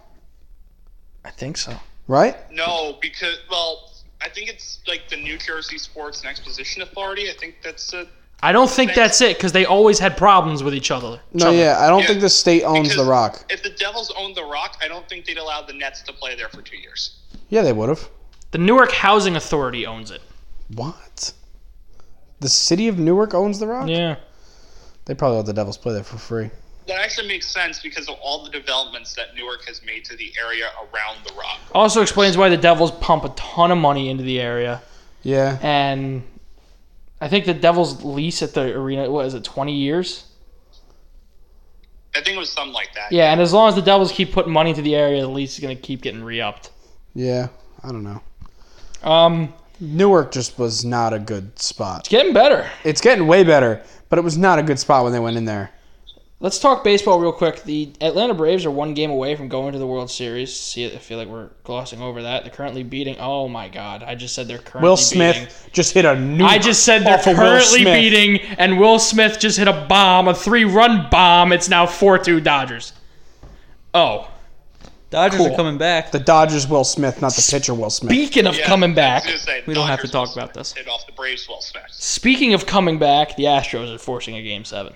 S1: I think so.
S2: Right?
S4: No, because well, I think it's like the New Jersey Sports and Exposition Authority. I think that's it.
S1: I don't think that's it because they always had problems with each other.
S2: No, yeah. I don't
S4: Yeah.
S2: think the state owns the
S4: Because
S2: Rock.
S4: If the Devils owned the Rock, I don't think they'd allow the Nets to play there for two years.
S2: Yeah, they would have.
S1: The Newark Housing Authority owns it.
S2: What? The city of Newark owns the Rock.
S1: Yeah.
S2: They probably let the Devils play there for free.
S4: That actually makes sense because of all the developments that Newark has made to the area around the Rock.
S1: Also explains why the Devils pump a ton of money into the area.
S2: Yeah.
S1: And I think the Devils lease at the arena, what is it, 20 years?
S4: I think it was something like that.
S1: Yeah, and as long as the Devils keep putting money into the area, the lease is going to keep getting re upped.
S2: Yeah. I don't know.
S1: Um,
S2: Newark just was not a good spot.
S1: it's getting better.
S2: It's getting way better, but it was not a good spot when they went in there.
S1: Let's talk baseball real quick. The Atlanta Braves are one game away from going to the World Series. See, I feel like we're glossing over that. They're currently beating. Oh my God! I just said they're currently
S2: Will Smith
S1: beating.
S2: just hit a new.
S1: I just said they're
S2: off of Will
S1: currently
S2: Smith.
S1: beating, and Will Smith just hit a bomb, a three-run bomb. It's now four-two Dodgers. Oh,
S3: Dodgers
S1: Cool.
S3: are coming back.
S2: The Dodgers Will Smith, not the pitcher Will Smith.
S1: speaking of
S4: Yeah,
S1: coming back,
S4: I was gonna say,
S3: We don't have to
S4: Dodgers
S3: talk
S4: will
S3: about this.
S4: Hit off the Braves well smacked.
S1: speaking of coming back, the Astros are forcing a game seven.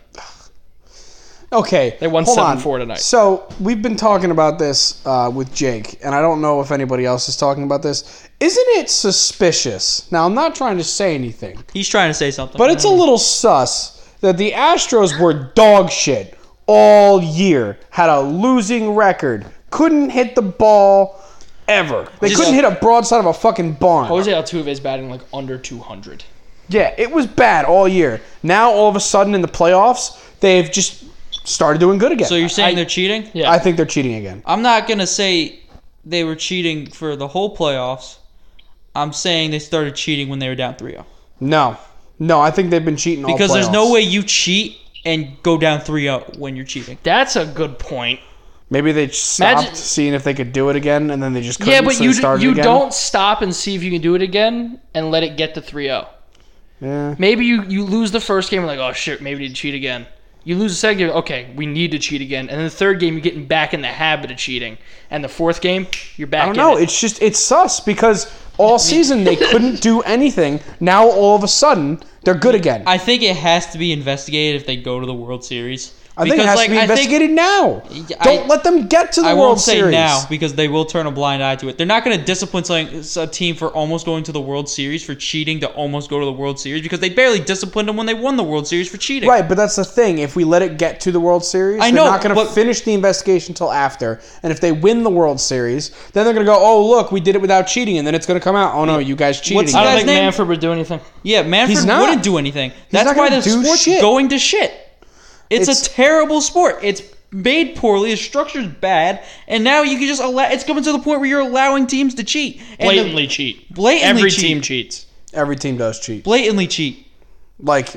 S2: Okay. They
S1: won 7-4 tonight.
S2: So we've been talking about this uh, with Jake, and I don't know if anybody else is talking about this. Isn't it suspicious? Now, I'm not trying to say anything,
S3: He's trying to say something.
S2: but it's a little sus that the Astros were dog shit all year, had a losing record, couldn't hit the ball ever. They
S3: Just-
S2: couldn't hit a broadside of a fucking barn.
S1: Jose Altuve is batting like under 200.
S2: Yeah, it was bad all year. Now all of a sudden in the playoffs, they've just started doing good again.
S3: so you're saying they're cheating?
S1: Yeah.
S2: I think they're cheating again.
S3: I'm not gonna say they were cheating for the whole playoffs. I'm saying they started cheating when they were down 3-0.
S2: No, no, I think they've been cheating all
S3: Because there's no
S2: playoffs.
S3: way you cheat and go down 3-0 when you're cheating.
S1: That's a good point.
S2: Maybe they stopped
S1: Imagine-
S2: seeing if they could do it again, and then they just couldn't.
S1: Yeah, but
S2: so
S1: you
S2: they started
S1: you
S2: again.
S1: don't stop and see if you can do it again and let it get to 3-0.
S2: Yeah.
S1: Maybe you, you lose the first game and like, oh shit, maybe they cheat again. You lose the second game, okay, we need to cheat again. And then the third game, you're getting back in the habit of cheating. And the fourth game, you're back.
S2: I don't know.
S1: In it.
S2: It's
S3: [laughs]
S2: just it's sus because all season they couldn't do anything. Now all of a sudden They're good again. I,
S3: I think it has to be investigated if they go to the World Series.
S2: think it has to be investigated now.
S3: I-
S2: Don't let them get to the
S3: I
S2: World
S3: won't say
S2: Series.
S3: now because they will turn a blind eye to it. They're not going to discipline something, a team for almost going to the World Series for cheating to almost go to the World Series because they barely disciplined them when they won the World Series for cheating.
S2: Right, but that's the thing. If we let it get to the World Series,
S3: I
S2: they're
S3: know,
S2: not going to
S3: but-
S2: finish the investigation until after. And if they win the World Series, then they're going to go, "Oh, look, we did it without cheating," and then it's going to come out, "Oh no, you guys cheated."
S3: What's
S1: I
S2: again."
S1: don't
S3: guy's
S1: think
S3: name-
S1: Manfred would do anything.
S3: Yeah, Manfred
S2: He's not.
S3: wouldn't do anything. That's
S2: not
S3: why
S2: gonna
S3: the
S2: do
S3: sport's
S2: shit.
S3: going to shit. It's,
S2: It's-
S3: a terrible sport. It's made poorly. The structure's bad, and now you can just allow. It's coming to the point where you're allowing teams to cheat and the-
S1: Blatantly cheat.
S3: blatantly
S1: Every
S3: cheat.
S1: team cheats.
S2: Every team does cheat.
S3: blatantly cheat.
S2: Like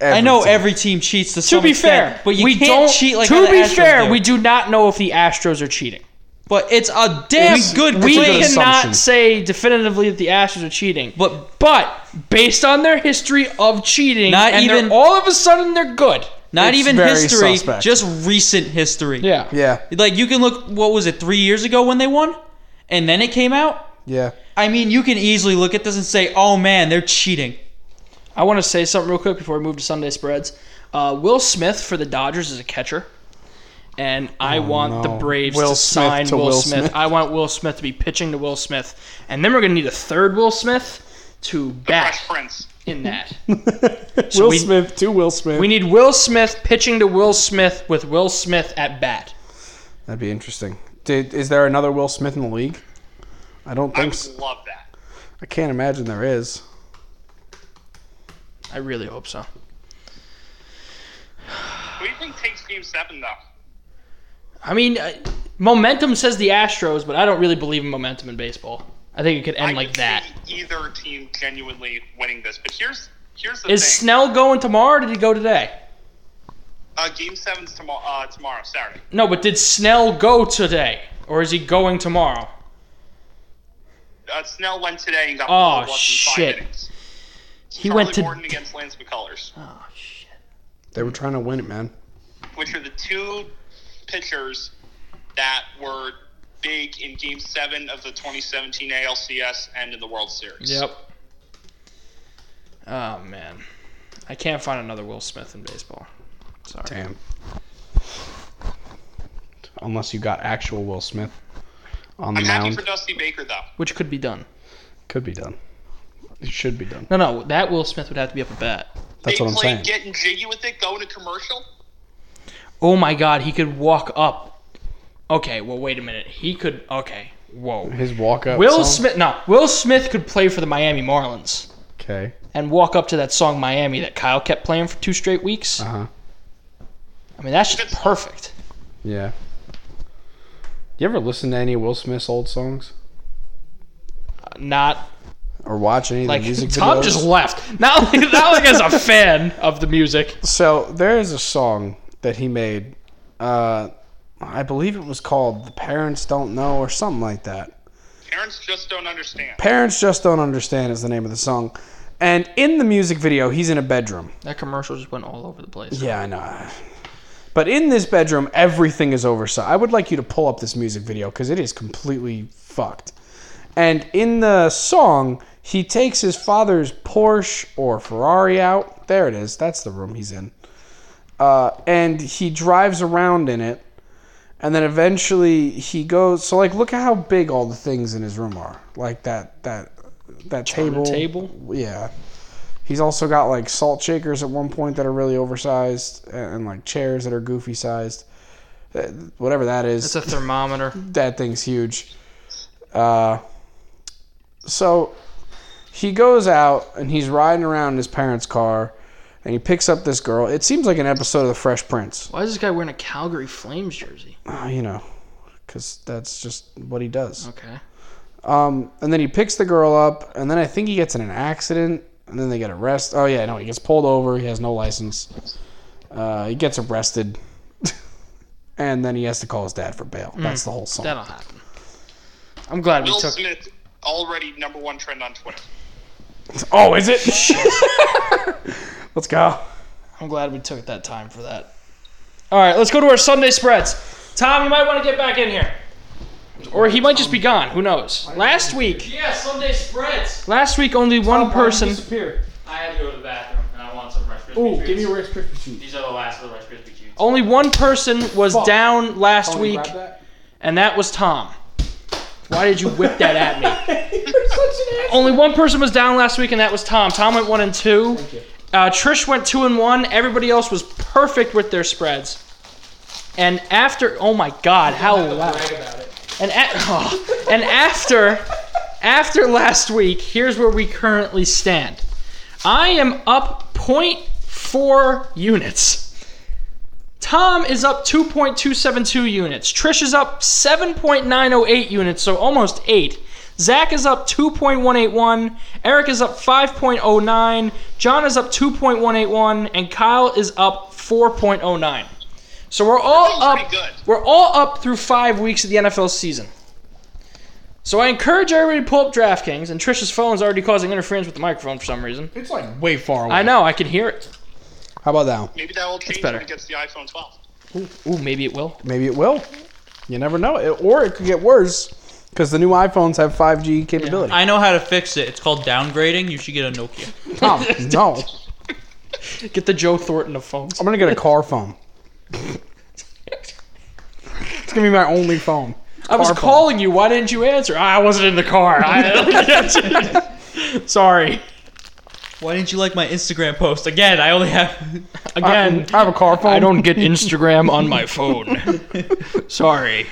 S2: every
S3: I know
S2: team.
S3: every team cheats to
S1: To
S3: some
S1: be
S3: extent,
S1: fair,
S3: but you
S1: we
S3: can't
S1: don't
S3: cheat like how
S1: To
S3: the
S1: be
S3: Astros
S1: fair,
S3: do.
S1: we do not know if the Astros are cheating.
S3: But it's a damn
S2: It's-
S3: good
S2: we
S1: We
S3: play.
S2: good assumption.
S1: cannot say definitively that the Astros are cheating.
S3: But
S1: But based on their history of cheating,
S3: Not
S1: and they're-
S3: even-
S1: all of a sudden they're good.
S3: not
S2: It's
S3: even
S2: very
S3: history,
S2: suspect.
S3: just recent history.
S1: Yeah.
S2: Yeah,
S3: Like you can look what was it 3 years ago when they won and then it came out?
S2: yeah.
S3: I mean, you can easily look at this and say, "Oh man, they're cheating."
S1: I want to say something real quick before we move to Sunday spreads. Uh, Will Smith for the Dodgers is a catcher, and I want the
S2: no.
S1: Braves
S2: Will
S1: to
S2: Smith
S1: sign
S2: to
S1: Will,
S2: Will
S1: Smith.
S2: Smith.
S1: I want Will Smith to be pitching to Will Smith, and then we're gonna need a third Will Smith to bat
S4: Fresh Prince.
S1: in that.
S2: [laughs] Will
S1: we-
S2: Smith to Will Smith.
S1: We need Will Smith pitching to Will Smith with Will Smith at bat.
S2: That'd be interesting. Did, is there another Will Smith in the league? I don't
S4: I
S2: think.
S4: would
S2: so.
S4: love that.
S2: I can't imagine there is.
S1: I really hope so.
S4: Who do you think takes Game Seven though?
S1: I mean, uh, momentum says the Astros, but I don't really believe in momentum in baseball. I think it could end
S4: I
S1: like
S4: could
S1: that.
S4: See either team genuinely winning this, but here's here's the
S1: Is
S4: thing.
S1: Snell going tomorrow? Or did he go today?
S4: uh, game Seven's tomorrow. Uh, tomorrow, Saturday.
S1: No, but did Snell go today, or is he going tomorrow?
S4: Uh, Snell went today and got
S1: Oh,
S4: four walks in five
S1: shit.
S4: Minutes.
S1: He
S4: Charlie
S1: went to-
S4: Morton against Lance McCullers,
S1: Oh shit!
S2: They were trying to win it, man.
S4: which are the two pitchers that were big in Game Seven of the 2017 ALCS and in the World Series.
S1: Yep. Oh man, I can't find another Will Smith in baseball. Sorry.
S2: Damn. Unless you got actual Will Smith on the
S4: I'm happy
S2: mound,
S4: for Dusty Baker though.
S1: Which could be done.
S2: could be done. It should be done.
S1: No, no, that Will Smith would have to be up a bat.
S2: That's
S4: they
S2: what I'm
S4: played
S2: saying.
S4: getting jiggy with it, going to commercial.
S1: Oh my God, he could walk up. Okay, well wait a minute. He could. Okay, whoa.
S2: His walk up.
S1: Will Smith? No, Will Smith could play for the Miami Marlins
S2: Okay.
S1: and walk up to that song Miami that Kyle kept playing for two straight weeks.
S2: Uh huh.
S1: I mean, that's just perfect.
S2: Yeah. You ever listen to any Will Smith's old songs
S1: Not
S2: or watch any of
S1: like
S2: the music
S1: Tom
S2: videos?
S1: just left. Not like, [laughs] not like as a fan of the music.
S2: So there is a song that he made. Uh, I believe it was called "The Parents Don't Know" or something like that.
S4: Parents just don't understand.
S2: "Parents Just Don't Understand" is the name of the song. And in the music video, he's in a bedroom.
S1: That commercial just went all over the place.
S2: Yeah, I know. But in this bedroom, everything is oversized. I would like you to pull up this music video because it is completely fucked. And in the song, he takes his father's Porsche or Ferrari out. There it is. That's the room he's in. Uh, and he drives around in it. And then eventually he goes. So like, look at how big all the things in his room are. Like that that that table.
S1: table?
S2: Yeah. He's also got like salt shakers at one point that are really oversized, and, and like chairs that are goofy sized. Uh, Whatever that is
S1: It's a thermometer.
S2: that thing's huge. Uh, so he goes out and he's riding around in his parents' car, and he picks up this girl. It seems like an episode of The Fresh Prince,
S1: Why is this guy wearing a Calgary Flames jersey?
S2: uh, you know, because that's just what he does.
S1: Okay.
S2: Um, and then he picks the girl up, and then I think he gets in an accident, and then they get arrested. Oh yeah, no, he gets pulled over. He has no license. Uh, he gets arrested, [laughs] and then he has to call his dad for bail. That's the whole song.
S1: That'll happen. I'm glad
S4: Will
S1: we took.
S4: Smith already number one trend on Twitter.
S2: [laughs] Oh, is it? [laughs] Let's go.
S1: I'm glad we took that time for that. All right, let's go to our Sunday spreads. Tom, you might want to get back in here, or he might just be gone. Who knows? Last week,
S3: Yeah, Sunday spreads.
S1: last week only one person.
S3: I had to go to the bathroom.
S1: Ooh,
S3: Krispy
S1: give me
S3: treats.
S1: a Rice Krispie treat.
S3: These are the last of the Rice Krispie treats.
S1: Only one person was
S2: Fuck.
S1: down last
S2: Oh, you
S1: week,
S2: grabbed that?
S1: and that was Tom. Why did you whip that at me?
S2: [laughs] You're such an asshole.
S1: Only one person was down last week, and that was Tom. Tom went one and two.
S2: Thank you.
S1: Uh, Trish went two and one. Everybody else was perfect with their spreads. And after, oh my God, how loud! And a- [laughs] oh, and after, after last week, here's where we currently stand. I am up 0.4 units. Tom is up 2.272 units. Trish is up 7.908 units, so almost 8. Zach is up 2.181. Eric is up 5.09. John is up 2.181. And Kyle is up 4.09. So we're all
S4: That feels
S1: up.
S4: pretty good.
S1: We're all up through five weeks of the NFL season. So I encourage everybody to pull up DraftKings, and Trish's phone is already causing interference with the microphone for some reason.
S2: It's like way far away.
S1: I know, I can hear it.
S2: How about that? one?
S4: Maybe that will change
S1: better.
S4: when it gets the iPhone 12.
S1: Ooh, maybe it will. [laughs]
S2: Maybe it will. You never know. It, or it could get worse because the new iPhones have 5G capability.
S3: I know how to fix it. It's called downgrading. You should get a Nokia.
S2: Tom, no.
S1: Get the Joe Thornton of phones.
S2: I'm going to get a car phone. It's going to be my only phone.
S1: I was
S2: Car phone.
S1: calling you. Why didn't you answer? Ah, I wasn't in the car.
S2: [laughs]
S1: I- [laughs] Sorry.
S3: Why didn't you like my Instagram post? Again, I only have. [laughs]
S2: I,
S1: Again,
S2: I have a car phone.
S1: I don't get
S2: [laughs]
S1: Instagram on my phone. Sorry.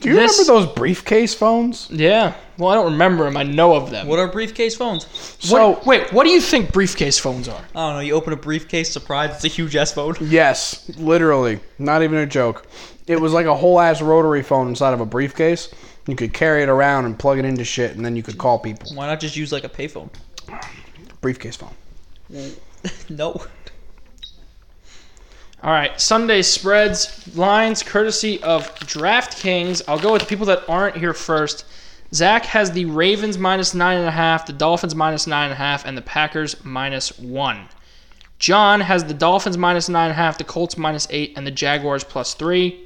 S2: Do you
S1: this-
S2: remember those briefcase phones?
S1: Yeah. Well, I don't remember them. I know of them.
S3: What are briefcase phones?
S2: So,
S1: What- wait, what do you think briefcase phones are?
S3: I don't know. You open a briefcase, surprise, it's a huge S phone.
S2: yes, literally. Not even a joke. It was like a whole ass rotary phone inside of a briefcase. You could carry it around and plug it into shit, and then you could call people.
S3: Why not just use like a payphone? [laughs]
S2: Briefcase phone.
S3: No.
S1: All right, Sunday spreads lines courtesy of DraftKings. I'll go with the people that aren't here first. Zach has the Ravens minus nine and a half, the Dolphins minus nine and a half, and the Packers minus one. John has the Dolphins minus nine and a half, the Colts minus eight, and the Jaguars plus three.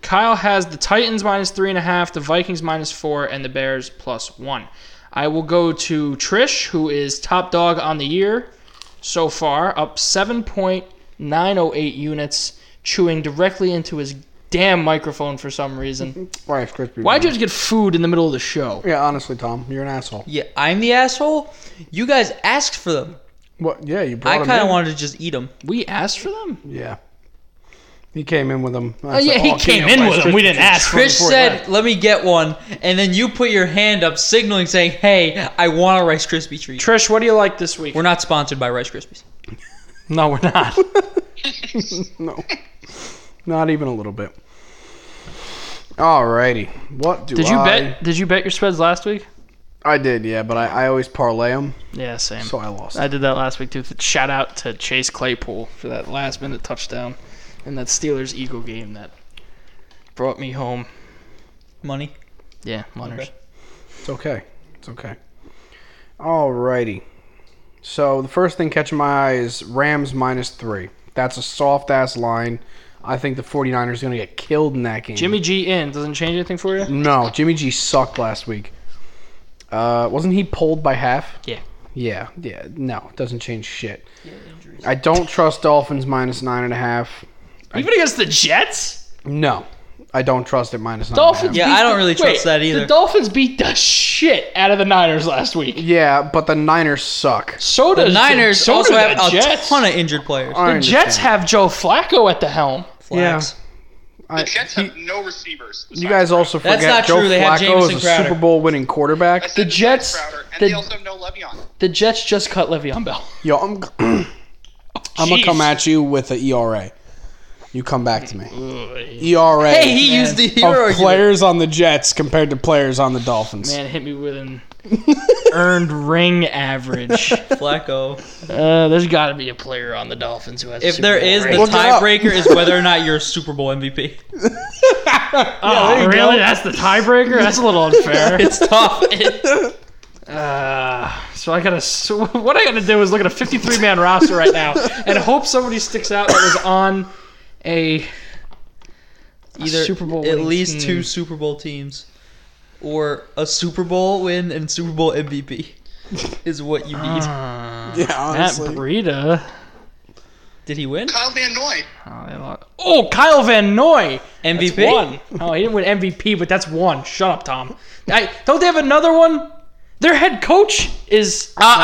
S1: Kyle has the Titans minus three and a half, the Vikings minus four, and the Bears plus one. I will go to Trish, who is top dog on the year so far, up 7.908 units, chewing directly into his damn microphone for some [laughs] reason.
S2: Rice Krispie.
S1: Why'd you
S2: Kreme.
S1: just get food in the middle of the show?
S2: Yeah, honestly, Tom, you're an asshole.
S3: Yeah, I'm the asshole. You guys asked for them.
S2: What? Yeah, you brought
S3: I
S2: 'em
S3: kind of
S2: in.
S3: wanted to just eat them.
S1: We asked for them?
S2: Yeah. He came in with them.
S1: Oh, yeah, he came in with them. We didn't ask for them.
S3: Trish said, "Let me get one," and then you put your hand up, signaling, saying, "Hey, I want a Rice Krispie treat."
S1: Trish, what do you like this week?
S3: We're not sponsored by Rice Krispies.
S1: no, we're [laughs] not.
S2: No. Not even a little bit. Alrighty. What do
S1: Did you
S2: I...
S1: bet? Did you bet your spreads last week?
S2: I did, yeah, but I, I always parlay them,
S1: Yeah, same.
S2: so I lost.
S1: I did that last week too. Shout out to Chase Claypool for that last minute touchdown in that Steelers Eagle game that brought me home.
S3: Money.
S1: Yeah, Munners.
S3: Okay.
S2: It's okay. It's okay. Alrighty. So the first thing catching my eye is Rams minus three. That's a soft ass line. I think the 49ers are going to get killed in that game.
S1: Jimmy G in doesn't change anything for you.
S2: No, Jimmy G sucked last week. Uh, wasn't he pulled by half?
S1: Yeah.
S2: Yeah, yeah. No, it doesn't change shit. I don't trust Dolphins minus nine and a half.
S1: Even against the Jets,
S2: No, I don't trust it minus nine. and a half.
S1: Dolphins.
S3: Yeah,
S1: beat
S3: I don't
S1: the-
S3: really trust
S1: wait,
S3: that either.
S1: The Dolphins beat the shit out of the Niners last week.
S2: Yeah, but the Niners suck.
S1: So does
S3: The Niners
S1: so
S3: also
S1: do
S3: have
S1: the
S3: a
S1: Jets.
S3: ton of injured players.
S2: I
S1: the Jets
S2: understand.
S1: have Joe Flacco at the helm.
S3: Flags.
S2: I-
S4: The Jets
S2: he-
S4: have no receivers.
S2: you guys also forget
S3: That's not
S2: Joe
S3: true. They had
S2: Flacco
S3: Jamison
S2: is a
S3: Crowder.
S2: Super Bowl winning quarterback.
S1: the Jets-
S4: Crowder, and
S1: the-
S4: they also have no Le'Veon.
S1: The Jets just cut Le'Veon [laughs] Bell.
S2: Yo, I'm [clears throat] I'm gonna
S1: Jeez.
S2: come at you with an ERA. You come back to me. ERA.
S3: Hey, he used the
S2: of
S3: hero argument.
S2: players on the Jets compared to players on the Dolphins.
S1: Man, hit me with an earned ring
S3: [laughs]
S1: average.
S3: Flacco.
S1: Uh, there's got to be a player on the Dolphins who has.
S3: If there is, the
S2: Look it up.
S3: tiebreaker is whether or not you're a Super Bowl MVP.
S1: oh, really? That's the tiebreaker. That's a [laughs]
S3: [laughs]
S1: little unfair.
S3: It's tough.
S1: Uh, so I gotta. So [laughs] what I gotta do is look at a 53 man roster right now and hope somebody sticks out that was on a
S3: Either
S1: Super Bowl
S3: at
S1: winning
S3: least
S1: team.
S3: two Super Bowl teams, or a Super Bowl win and Super Bowl MVP. is what you need.
S1: uh,
S2: Yeah,
S1: Matt
S2: honestly.
S1: Breida.
S3: Did he win?
S4: Kyle Van Noy.
S1: Oh, they lost. Oh, Kyle Van Noy. That's
S3: MVP?
S1: one. Oh, he didn't win MVP, but that's one. Shut up, Tom. I, don't they have another one? Their head coach is.
S3: Uh,
S2: Ah,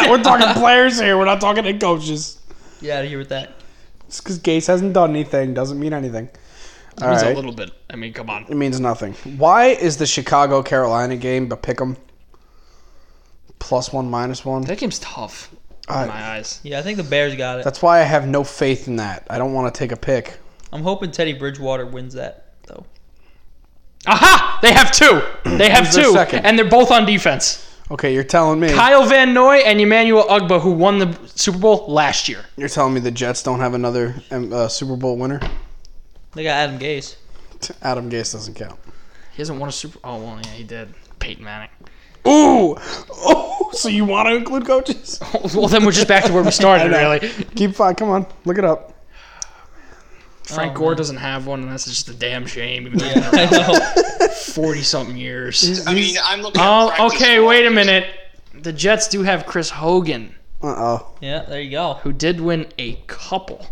S2: ah,
S1: [laughs]
S2: ah, we're talking players here. We're not talking to coaches.
S3: Yeah, out of here with that.
S2: Just because Gase hasn't done anything doesn't mean anything. All
S1: He's a
S2: right.
S1: little bit. I mean, come on.
S2: It means nothing. Why is the Chicago Carolina game but pick 'em? Plus one, minus one.
S1: That game's tough
S2: I-
S1: in my eyes.
S3: Yeah, I think the Bears got it.
S2: that's why I have no faith in that. I don't want to take a pick.
S3: I'm hoping Teddy Bridgewater wins that though.
S1: Aha! They have two. They have
S2: Who's their
S1: two,
S2: second?
S1: and they're both on defense.
S2: Okay, you're telling me.
S1: Kyle Van Noy and Emmanuel Ugba, who won the Super Bowl last year.
S2: You're telling me the Jets don't have another um, uh, Super Bowl winner? [laughs]
S3: They got Adam Gase.
S2: Adam Gase doesn't count.
S1: He hasn't won a Super. Oh well, yeah, he did. Peyton Manning.
S2: Ooh! [laughs] Oh! So you want to include coaches?
S1: [laughs] well, then we're just back to where we
S2: [laughs]
S1: started, [laughs] really.
S2: Keep fine. Come on. Look it up. [laughs]
S1: Frank
S3: Oh,
S1: Gore
S3: man.
S1: doesn't have one, and that's just a damn shame. Even though
S3: Yeah, [laughs] I know.
S1: forty something years.
S4: I mean, I'm looking. at
S1: Oh,
S4: practice
S1: okay.
S4: squad.
S1: Wait a minute. The Jets do have Chris Hogan,
S2: Uh oh.
S3: yeah, there you go.
S1: who did win a couple.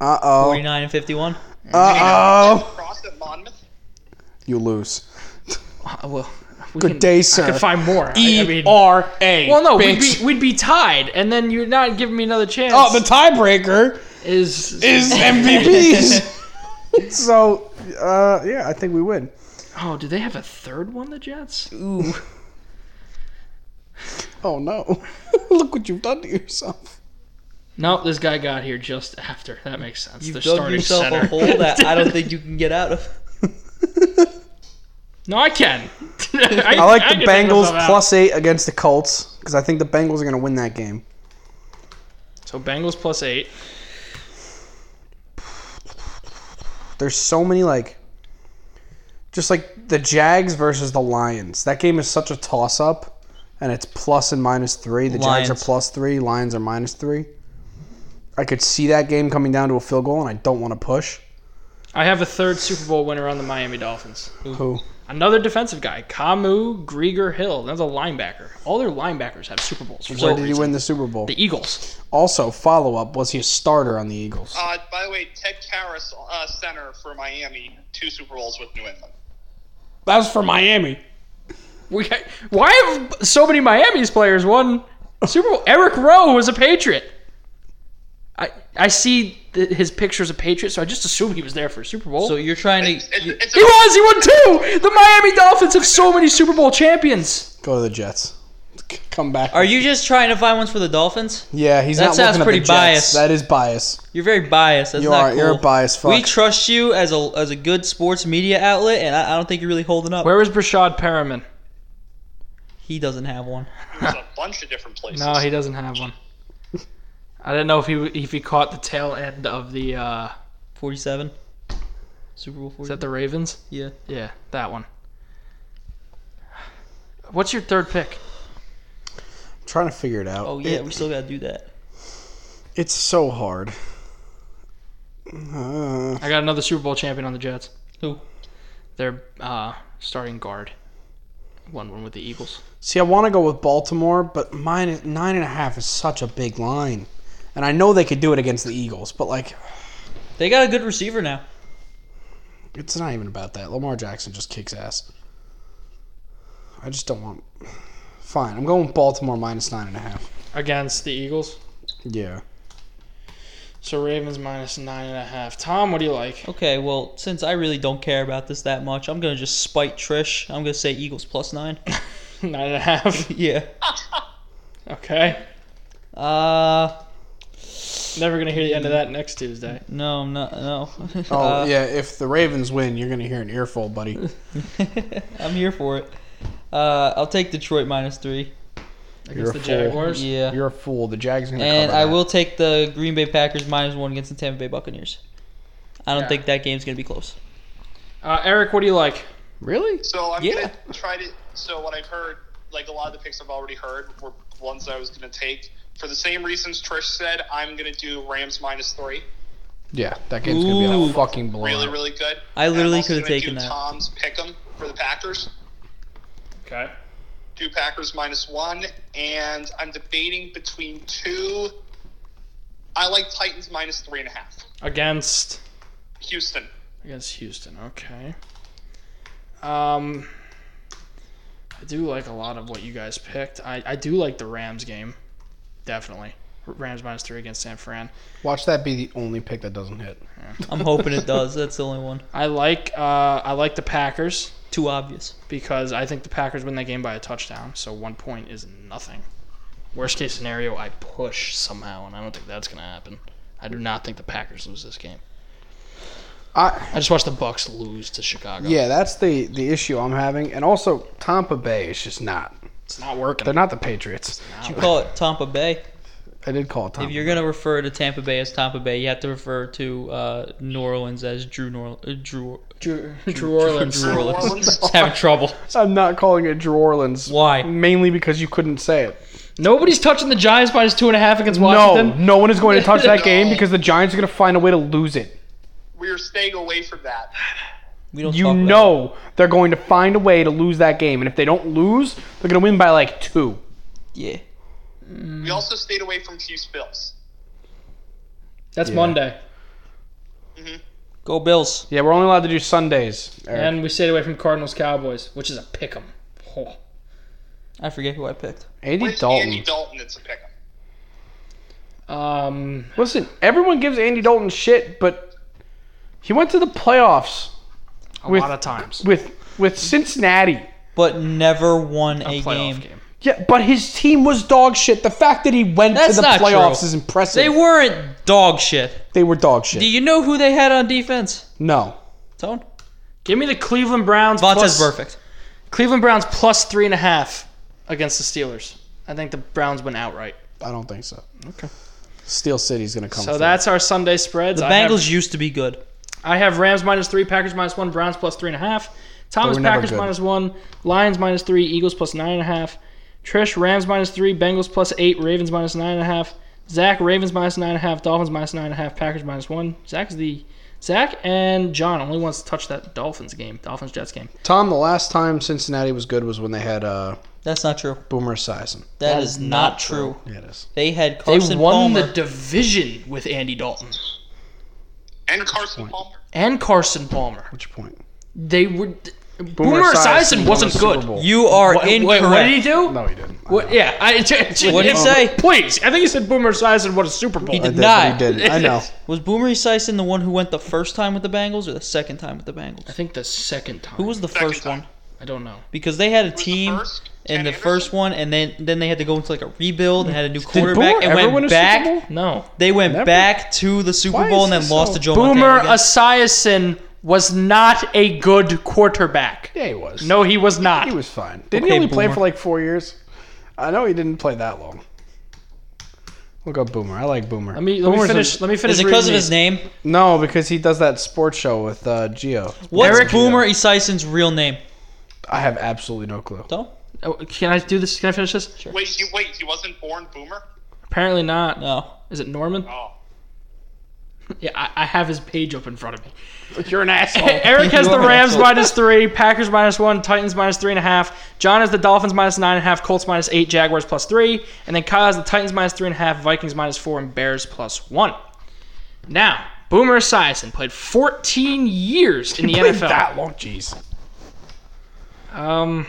S2: Uh oh.
S3: 49 and 51.
S2: Uh oh.
S4: Cross at Monmouth.
S2: You lose.
S1: Uh, well, we
S2: Good
S1: can- E
S2: day,
S1: I
S2: sir. E
S1: could find more. I- I mean-
S2: R A.
S1: well, no, we'd be, we'd be tied, and then you're not giving me another chance.
S2: Oh, the tiebreaker
S1: is [laughs]
S2: is MVPs. so, uh, yeah, I think we win.
S1: oh, do they have a third one? The Jets?
S3: Ooh.
S2: Oh no! [laughs] Look what you've done to yourself. [laughs]
S1: No, this guy got here just after. That makes sense.
S3: You
S1: They're
S3: dug
S1: starting
S3: yourself
S1: center.
S3: a hole that
S1: [laughs]
S3: I don't think you can get out of.
S1: No, I can. [laughs] I,
S2: I like
S1: I
S2: the
S1: can take
S2: Bengals
S1: myself out.
S2: plus eight against the Colts because I think the Bengals are going to win that game.
S1: So Bengals plus eight.
S2: There's so many like, just like the Jags versus the Lions. That game is such a toss up, and it's plus and minus three. The Jags
S3: Lions.
S2: are plus three. Lions are minus three. I could see that game coming down to a field goal, and I don't want to push.
S1: I have a third Super Bowl winner on the Miami Dolphins.
S2: Who?
S1: Another defensive guy, Kamu Grieger Hill, another linebacker. All their linebackers have Super Bowls. For
S2: Where
S1: some
S2: did he
S1: reason.
S2: win the Super Bowl?
S1: The Eagles.
S2: Also, follow up: Was he a starter on the Eagles?
S4: Uh, by the way, Ted Karras, uh, center for Miami, two Super Bowls with New England.
S2: That was for Miami.
S1: We got, why have so many Miami's players won Super Bowl? Eric Rowe was a Patriot. I I see th- his picture as a Patriot, so I just assume he was there for a Super Bowl.
S3: So you're trying
S4: It's,
S3: to. you-
S4: it's, it's
S1: he was. He won two. The Miami Dolphins have so many Super Bowl champions.
S2: Go to the Jets. [laughs] C- Come back.
S3: Are you just trying to find ones for the Dolphins?
S2: Yeah, he's
S3: That
S2: not
S3: sounds
S2: looking
S3: pretty
S2: at the Jets.
S3: biased.
S2: That is bias.
S3: You're very biased. That's
S2: You
S3: not
S2: are.
S3: cool.
S2: You're a biased fuck.
S3: We trust you as a as a good sports media outlet, and I, I don't think you're really holding up.
S1: Where was Brashad Perriman?
S3: He doesn't have one.
S4: it was a bunch of different places.
S1: No, he doesn't have one. I didn't know if he if he caught the tail end of the uh,
S3: 47. Super Bowl
S1: is
S3: 47.
S1: that the Ravens?
S3: yeah.
S1: Yeah, that one. What's your third pick?
S2: I'm trying to figure it out.
S3: Oh yeah, we still gotta do that.
S2: It's so hard. Uh,
S1: I got another Super Bowl champion on the Jets.
S3: Who?
S1: Their uh, starting guard. One one with the Eagles.
S2: see, I want to go with Baltimore, but minus nine and a half is such a big line, and I know they could do it against the Eagles, but like,
S3: They got a good receiver now.
S2: it's not even about that. Lamar Jackson just kicks ass. I just don't want. Fine, I'm going with Baltimore minus nine and a half.
S1: Against the Eagles.
S2: Yeah.
S1: So Ravens minus nine and a half. Tom, what do you like? [laughs]
S3: Okay, well, since I really don't care about this that much, I'm gonna just spite Trish. I'm gonna say Eagles plus nine. [laughs]
S1: nine and a half. [laughs]
S3: yeah.
S1: Okay.
S3: Uh,
S1: Never gonna hear the end of that next Tuesday.
S3: no, I'm not. No.
S2: [laughs] Oh
S3: Uh,
S2: yeah, if the Ravens win, you're gonna hear an earful, [laughs] buddy.
S3: [laughs] I'm here for it. Uh, I'll take Detroit minus three.
S1: Against
S2: You're a
S1: the
S2: fool.
S1: Jaguars.
S3: Yeah.
S2: You're a fool. The Jags are gonna
S3: And
S2: cover
S3: I
S2: that.
S3: will take the Green Bay Packers minus one against the Tampa Bay Buccaneers. I don't
S1: Yeah.
S3: think that game's gonna be close.
S1: Uh, Eric, what do you like?
S2: Really?
S4: So I'm
S3: Yeah.
S4: gonna try to. So what I've heard, like a lot of the picks I've already heard, were ones I was gonna take. For the same reasons Trish said, I'm gonna do Rams minus three.
S2: Yeah, that game's gonna be
S3: Ooh.
S2: a fucking blowout.
S4: Really, really good.
S3: I literally
S4: And I'm also
S3: coulda
S4: gonna
S3: taken
S4: do
S3: that.
S4: Tom's pick 'em for the Packers.
S1: Okay.
S4: do Packers minus one, and I'm debating between two. I like Titans minus three and a half.
S6: Against
S4: Houston.
S6: against Houston. Okay. Um, I do like a lot of what you guys picked. I, I do like the Rams game, definitely. Rams minus three against San Fran.
S2: Watch that be the only pick that doesn't hit.
S3: I'm hoping it does. That's the only one.
S6: I like uh, I like the Packers
S3: Too obvious.
S6: because I think the Packers win that game by a touchdown. So one point is nothing. Worst case scenario, I push somehow, and I don't think that's gonna happen. I do not think the Packers lose this game.
S2: I
S6: I just watched the Bucks lose to Chicago.
S2: yeah, that's the the issue I'm having, and also Tampa Bay is just not.
S6: it's not working.
S2: They're not the Patriots.
S3: You call it Tampa Bay.
S2: I did call it Tampa.
S3: If you're gonna refer to Tampa Bay as Tampa Bay, you have to refer to uh, New Orleans as Drew Nor- uh, Drew.
S6: Drew, Drew Orleans.
S3: Drew Orleans.
S4: Orleans.
S3: It's having trouble.
S2: I'm not calling it Drew Orleans.
S3: Why?
S2: Mainly because you couldn't say it.
S6: Nobody's touching the Giants minus two and a half against Washington.
S2: No, no one is going to touch
S3: [laughs]
S2: that
S4: No.
S2: game because the Giants are going to find a way to lose it.
S4: We're staying away from that.
S3: We don't.
S2: You
S3: talk about
S2: know they're going to find a way to lose that game, and if they don't lose, they're going to win by like two.
S3: it. Yeah.
S2: Mm.
S4: We also stayed away from Chiefs Bills.
S6: That's Monday,
S4: Mm-hmm.
S3: Go Bills.
S2: Yeah, we're only allowed to do Sundays. Eric.
S6: and we stayed away from Cardinals Cowboys, which is a pick 'em. Oh.
S3: I forget who I picked.
S2: Andy
S4: With
S2: Dalton.
S4: Andy Dalton, it's a pick 'em.
S6: Um,
S2: Listen, everyone gives Andy Dalton shit, but he went to the playoffs
S6: a
S2: With-
S6: lot of times.
S2: with with Cincinnati.
S3: But never won a, game.
S6: Playoff
S2: Yeah, but his team was dog shit. The fact that he went
S3: That's
S2: to the
S3: not true.
S2: playoffs is impressive.
S3: They weren't dog shit.
S2: they were dog shit.
S3: Do you know who they had on defense?
S2: no.
S3: Tone.
S6: Give me the Cleveland Browns.
S3: Vontae's
S6: plus-
S3: perfect.
S6: Cleveland Browns plus three and a half against the Steelers. I think the Browns win outright.
S2: I don't think so. Okay. Steel City's gonna come.
S6: So that's our Sunday spreads.
S3: The
S6: I
S3: Bengals
S6: Have,
S3: used to be good.
S6: I have Rams minus three, Packers minus one, Browns plus three and a half, Thomas
S2: were never
S6: Packers
S2: good.
S6: minus one, Lions minus three, Eagles plus nine and a half, Trish Rams minus three, Bengals plus eight, Ravens minus nine and a half, Zach Ravens minus nine and a half, Dolphins minus nine and a half, Packers minus one. Zach is the Zach and John only wants to touch that Dolphins game, Dolphins Jets game.
S2: Tom. The last time Cincinnati was good was when they had uh,
S3: That's not true.
S2: Boomer Esiason.
S3: that is, not true.
S2: Yeah, it is.
S3: They had
S6: They
S3: Carson
S6: won
S3: Palmer.
S6: the division with Andy Dalton
S4: And Carson Palmer.
S6: and Carson Palmer.
S2: What's your point?
S6: They were. Boomer, Esiason wasn't good.
S3: you are
S6: What, wait,
S3: incorrect.
S6: what did he do?
S2: No, he didn't.
S6: What, yeah, I, [laughs] what
S3: What'd he say?
S6: Please, I think he said Boomer Esiason won a Super Bowl.
S3: did.
S2: That's
S3: Nah.
S2: what he did. I know.
S3: Was Boomer Esiason the one who went the first time with the Bengals or the second time with the
S6: I
S3: Bengals?
S6: think the second time.
S3: Who was the
S4: Second
S3: first
S4: time.
S3: one?
S6: I don't know.
S3: Because they had a
S4: the
S3: team
S4: first?
S3: in
S4: Ken
S3: the
S4: Anderson?
S3: first one, and then then they had to go into like a rebuild and had a new
S2: Did
S3: quarterback
S2: Boomer
S3: and
S2: ever
S3: went
S2: win a
S3: back.
S2: Super Bowl?
S6: No.
S3: They went
S2: Never?
S3: back to the Super
S2: Why
S3: Bowl
S2: is
S3: and
S2: he
S3: then lost
S2: so-
S3: to Joe
S6: Boomer
S3: Montana. again.
S6: Esiason was not a good quarterback.
S2: Yeah, he was.
S6: No, he was not.
S2: he was fine. Didn't he
S3: Okay,
S2: only play
S3: Boomer.
S2: for like four years? I know he didn't play that long. We'll go Boomer. I like Boomer.
S6: Let me let me
S2: Boomer's a-
S6: finish. let me finish.
S3: Is it
S6: reading
S3: because of
S6: these.
S3: his name?
S2: no, because he does that sports show with uh, Geo.
S3: What's
S6: Eric-
S3: Boomer Esason's real name?
S2: I have absolutely no clue.
S3: Don't.
S6: Oh, can I do this? Can I finish this? Sure.
S4: Wait, he, wait, he wasn't born Boomer?
S6: Apparently not.
S3: No.
S6: Is it Norman?
S4: Oh.
S6: Yeah, I, I have his page up in front of me.
S2: You're an asshole.
S6: Eric has the
S3: You're an
S6: Rams
S3: asshole.
S6: minus three, Packers minus one, Titans minus three and a half. John has the Dolphins minus nine and a half, Colts minus eight, Jaguars plus three, and then Kyle has the Titans minus three and a half, Vikings minus four, and Bears plus one. Now, Boomer Esiason played 14 years in the
S2: Played
S6: NFL.
S2: that long. Jeez.
S6: Um,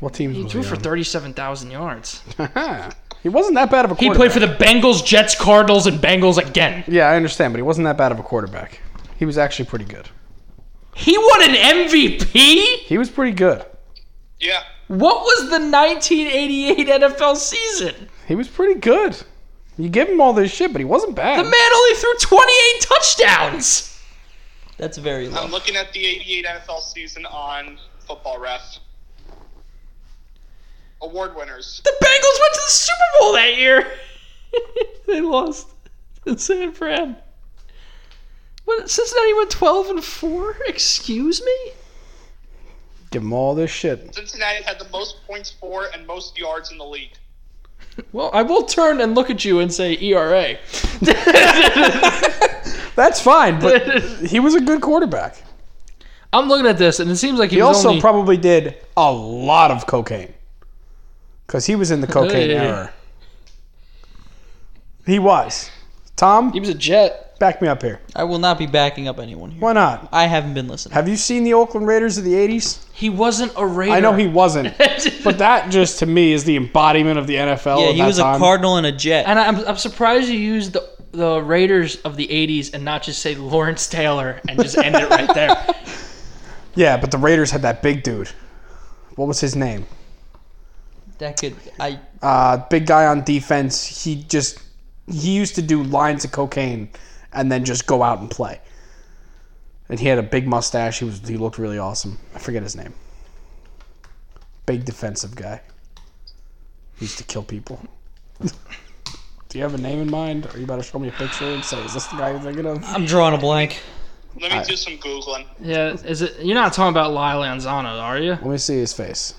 S2: What teams
S6: he
S2: was
S6: threw for
S2: on?
S6: 37,000 yards. [laughs]
S2: [laughs] he wasn't that bad of a
S6: He
S2: quarterback.
S6: played for the Bengals, Jets, Cardinals, and Bengals again.
S2: Yeah, I understand, but he wasn't that bad of a quarterback. He was actually pretty good.
S6: He won an MVP.
S2: He was pretty good.
S4: Yeah.
S6: What was the 1988 NFL season?
S2: He was pretty good. You give him all this shit, but he wasn't bad.
S6: The man only threw 28 touchdowns.
S3: That's very low.
S4: I'm looking at the 88 NFL season on Football Ref. Award winners.
S6: The Bengals went to the Super Bowl that year. [laughs] they lost to San Fran. What? Cincinnati went twelve and four. Excuse me.
S2: give him all this shit.
S4: Cincinnati had the most points for and most yards in the league.
S6: Well, I will turn and look at you and say E ERA.
S2: That's fine,
S6: [laughs]
S2: but he was a good quarterback.
S6: I'm looking at this, and it seems like he,
S2: He
S6: was
S2: also
S6: only-
S2: probably did a lot of cocaine. because he was in the cocaine
S6: Hey.
S2: era. He was. Tom,
S6: He was a Jet.
S2: back me up here.
S3: I will not be backing up anyone here.
S2: Why not?
S3: I haven't been listening.
S2: Have you seen the Oakland Raiders of the '80s?
S6: He wasn't a Raider.
S2: I know he
S3: [laughs]
S2: wasn't, but that just to me is the embodiment of the NFL.
S3: yeah,
S2: of
S3: he
S2: that
S3: was a
S2: time.
S3: cardinal and a jet.
S6: And I'm, I'm surprised you used the the Raiders of the '80s and not just say Lawrence Taylor and just end it right there.
S2: Yeah, but the Raiders had that big dude. What was his name?
S3: that could I
S2: Uh, big guy on defense. He just he used to do lines of cocaine and then just go out and play. And he had a big mustache. He was he looked really awesome. I forget his name. Big defensive guy. He used to kill people. Do you have a name in mind? Are you about to show me a picture and say, "Is this the guy you're thinking of?"
S3: I'm drawing a blank.
S4: Let me do some googling.
S6: [laughs] Yeah, is it? You're not talking about Lyle Anzano, are you?
S2: Let me see his face.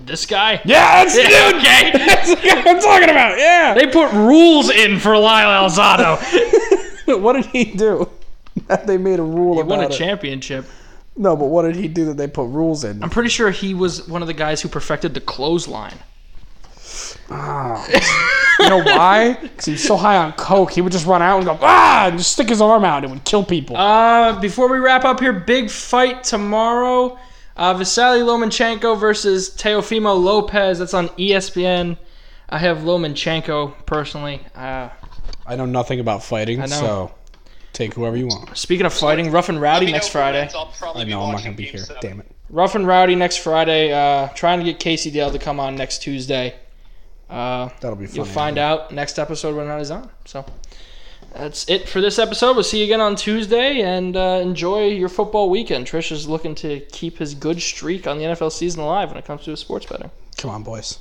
S6: This guy?
S2: Yeah, that's the dude.
S6: [laughs] Okay.
S2: That's the guy I'm talking about. Yeah.
S6: They put rules in for Lyle [laughs] Alzado.
S2: what did he do? [laughs] That they made a rule
S6: he
S2: about
S6: won a
S2: it.
S6: championship.
S2: No, but what did he do that they put rules [laughs] in?
S6: I'm pretty sure he was one of the guys who perfected the clothesline.
S2: Ah. you know why? Because he was so high on coke, he would just run out and go ah, and just stick his arm out and it would kill people.
S6: Uh, before we wrap up here, big fight tomorrow. Uh, Vasily Lomachenko versus Teofimo Lopez. That's on E ESPN. I have Lomachenko personally. Uh,
S2: I know nothing about fighting,
S6: know.
S2: so take whoever you want.
S6: speaking of fighting, Rough and
S4: Let
S6: Rowdy
S4: me
S6: next
S4: know when
S6: Friday.
S4: it's. I'll probably
S2: I
S4: be
S2: know I'm not
S4: watching
S2: gonna be
S4: game
S2: here.
S4: seven.
S2: Damn it.
S6: Rough and Rowdy next Friday. Uh, trying to get Casey Dale to come on next Tuesday. Uh,
S2: That'll be fun.
S6: You'll find out next episode when that is on. So that's it for this episode. We'll see you again on Tuesday and uh, enjoy your football weekend. Trish is looking to keep his good streak on the NFL season alive when it comes to his sports betting.
S2: Come on, boys.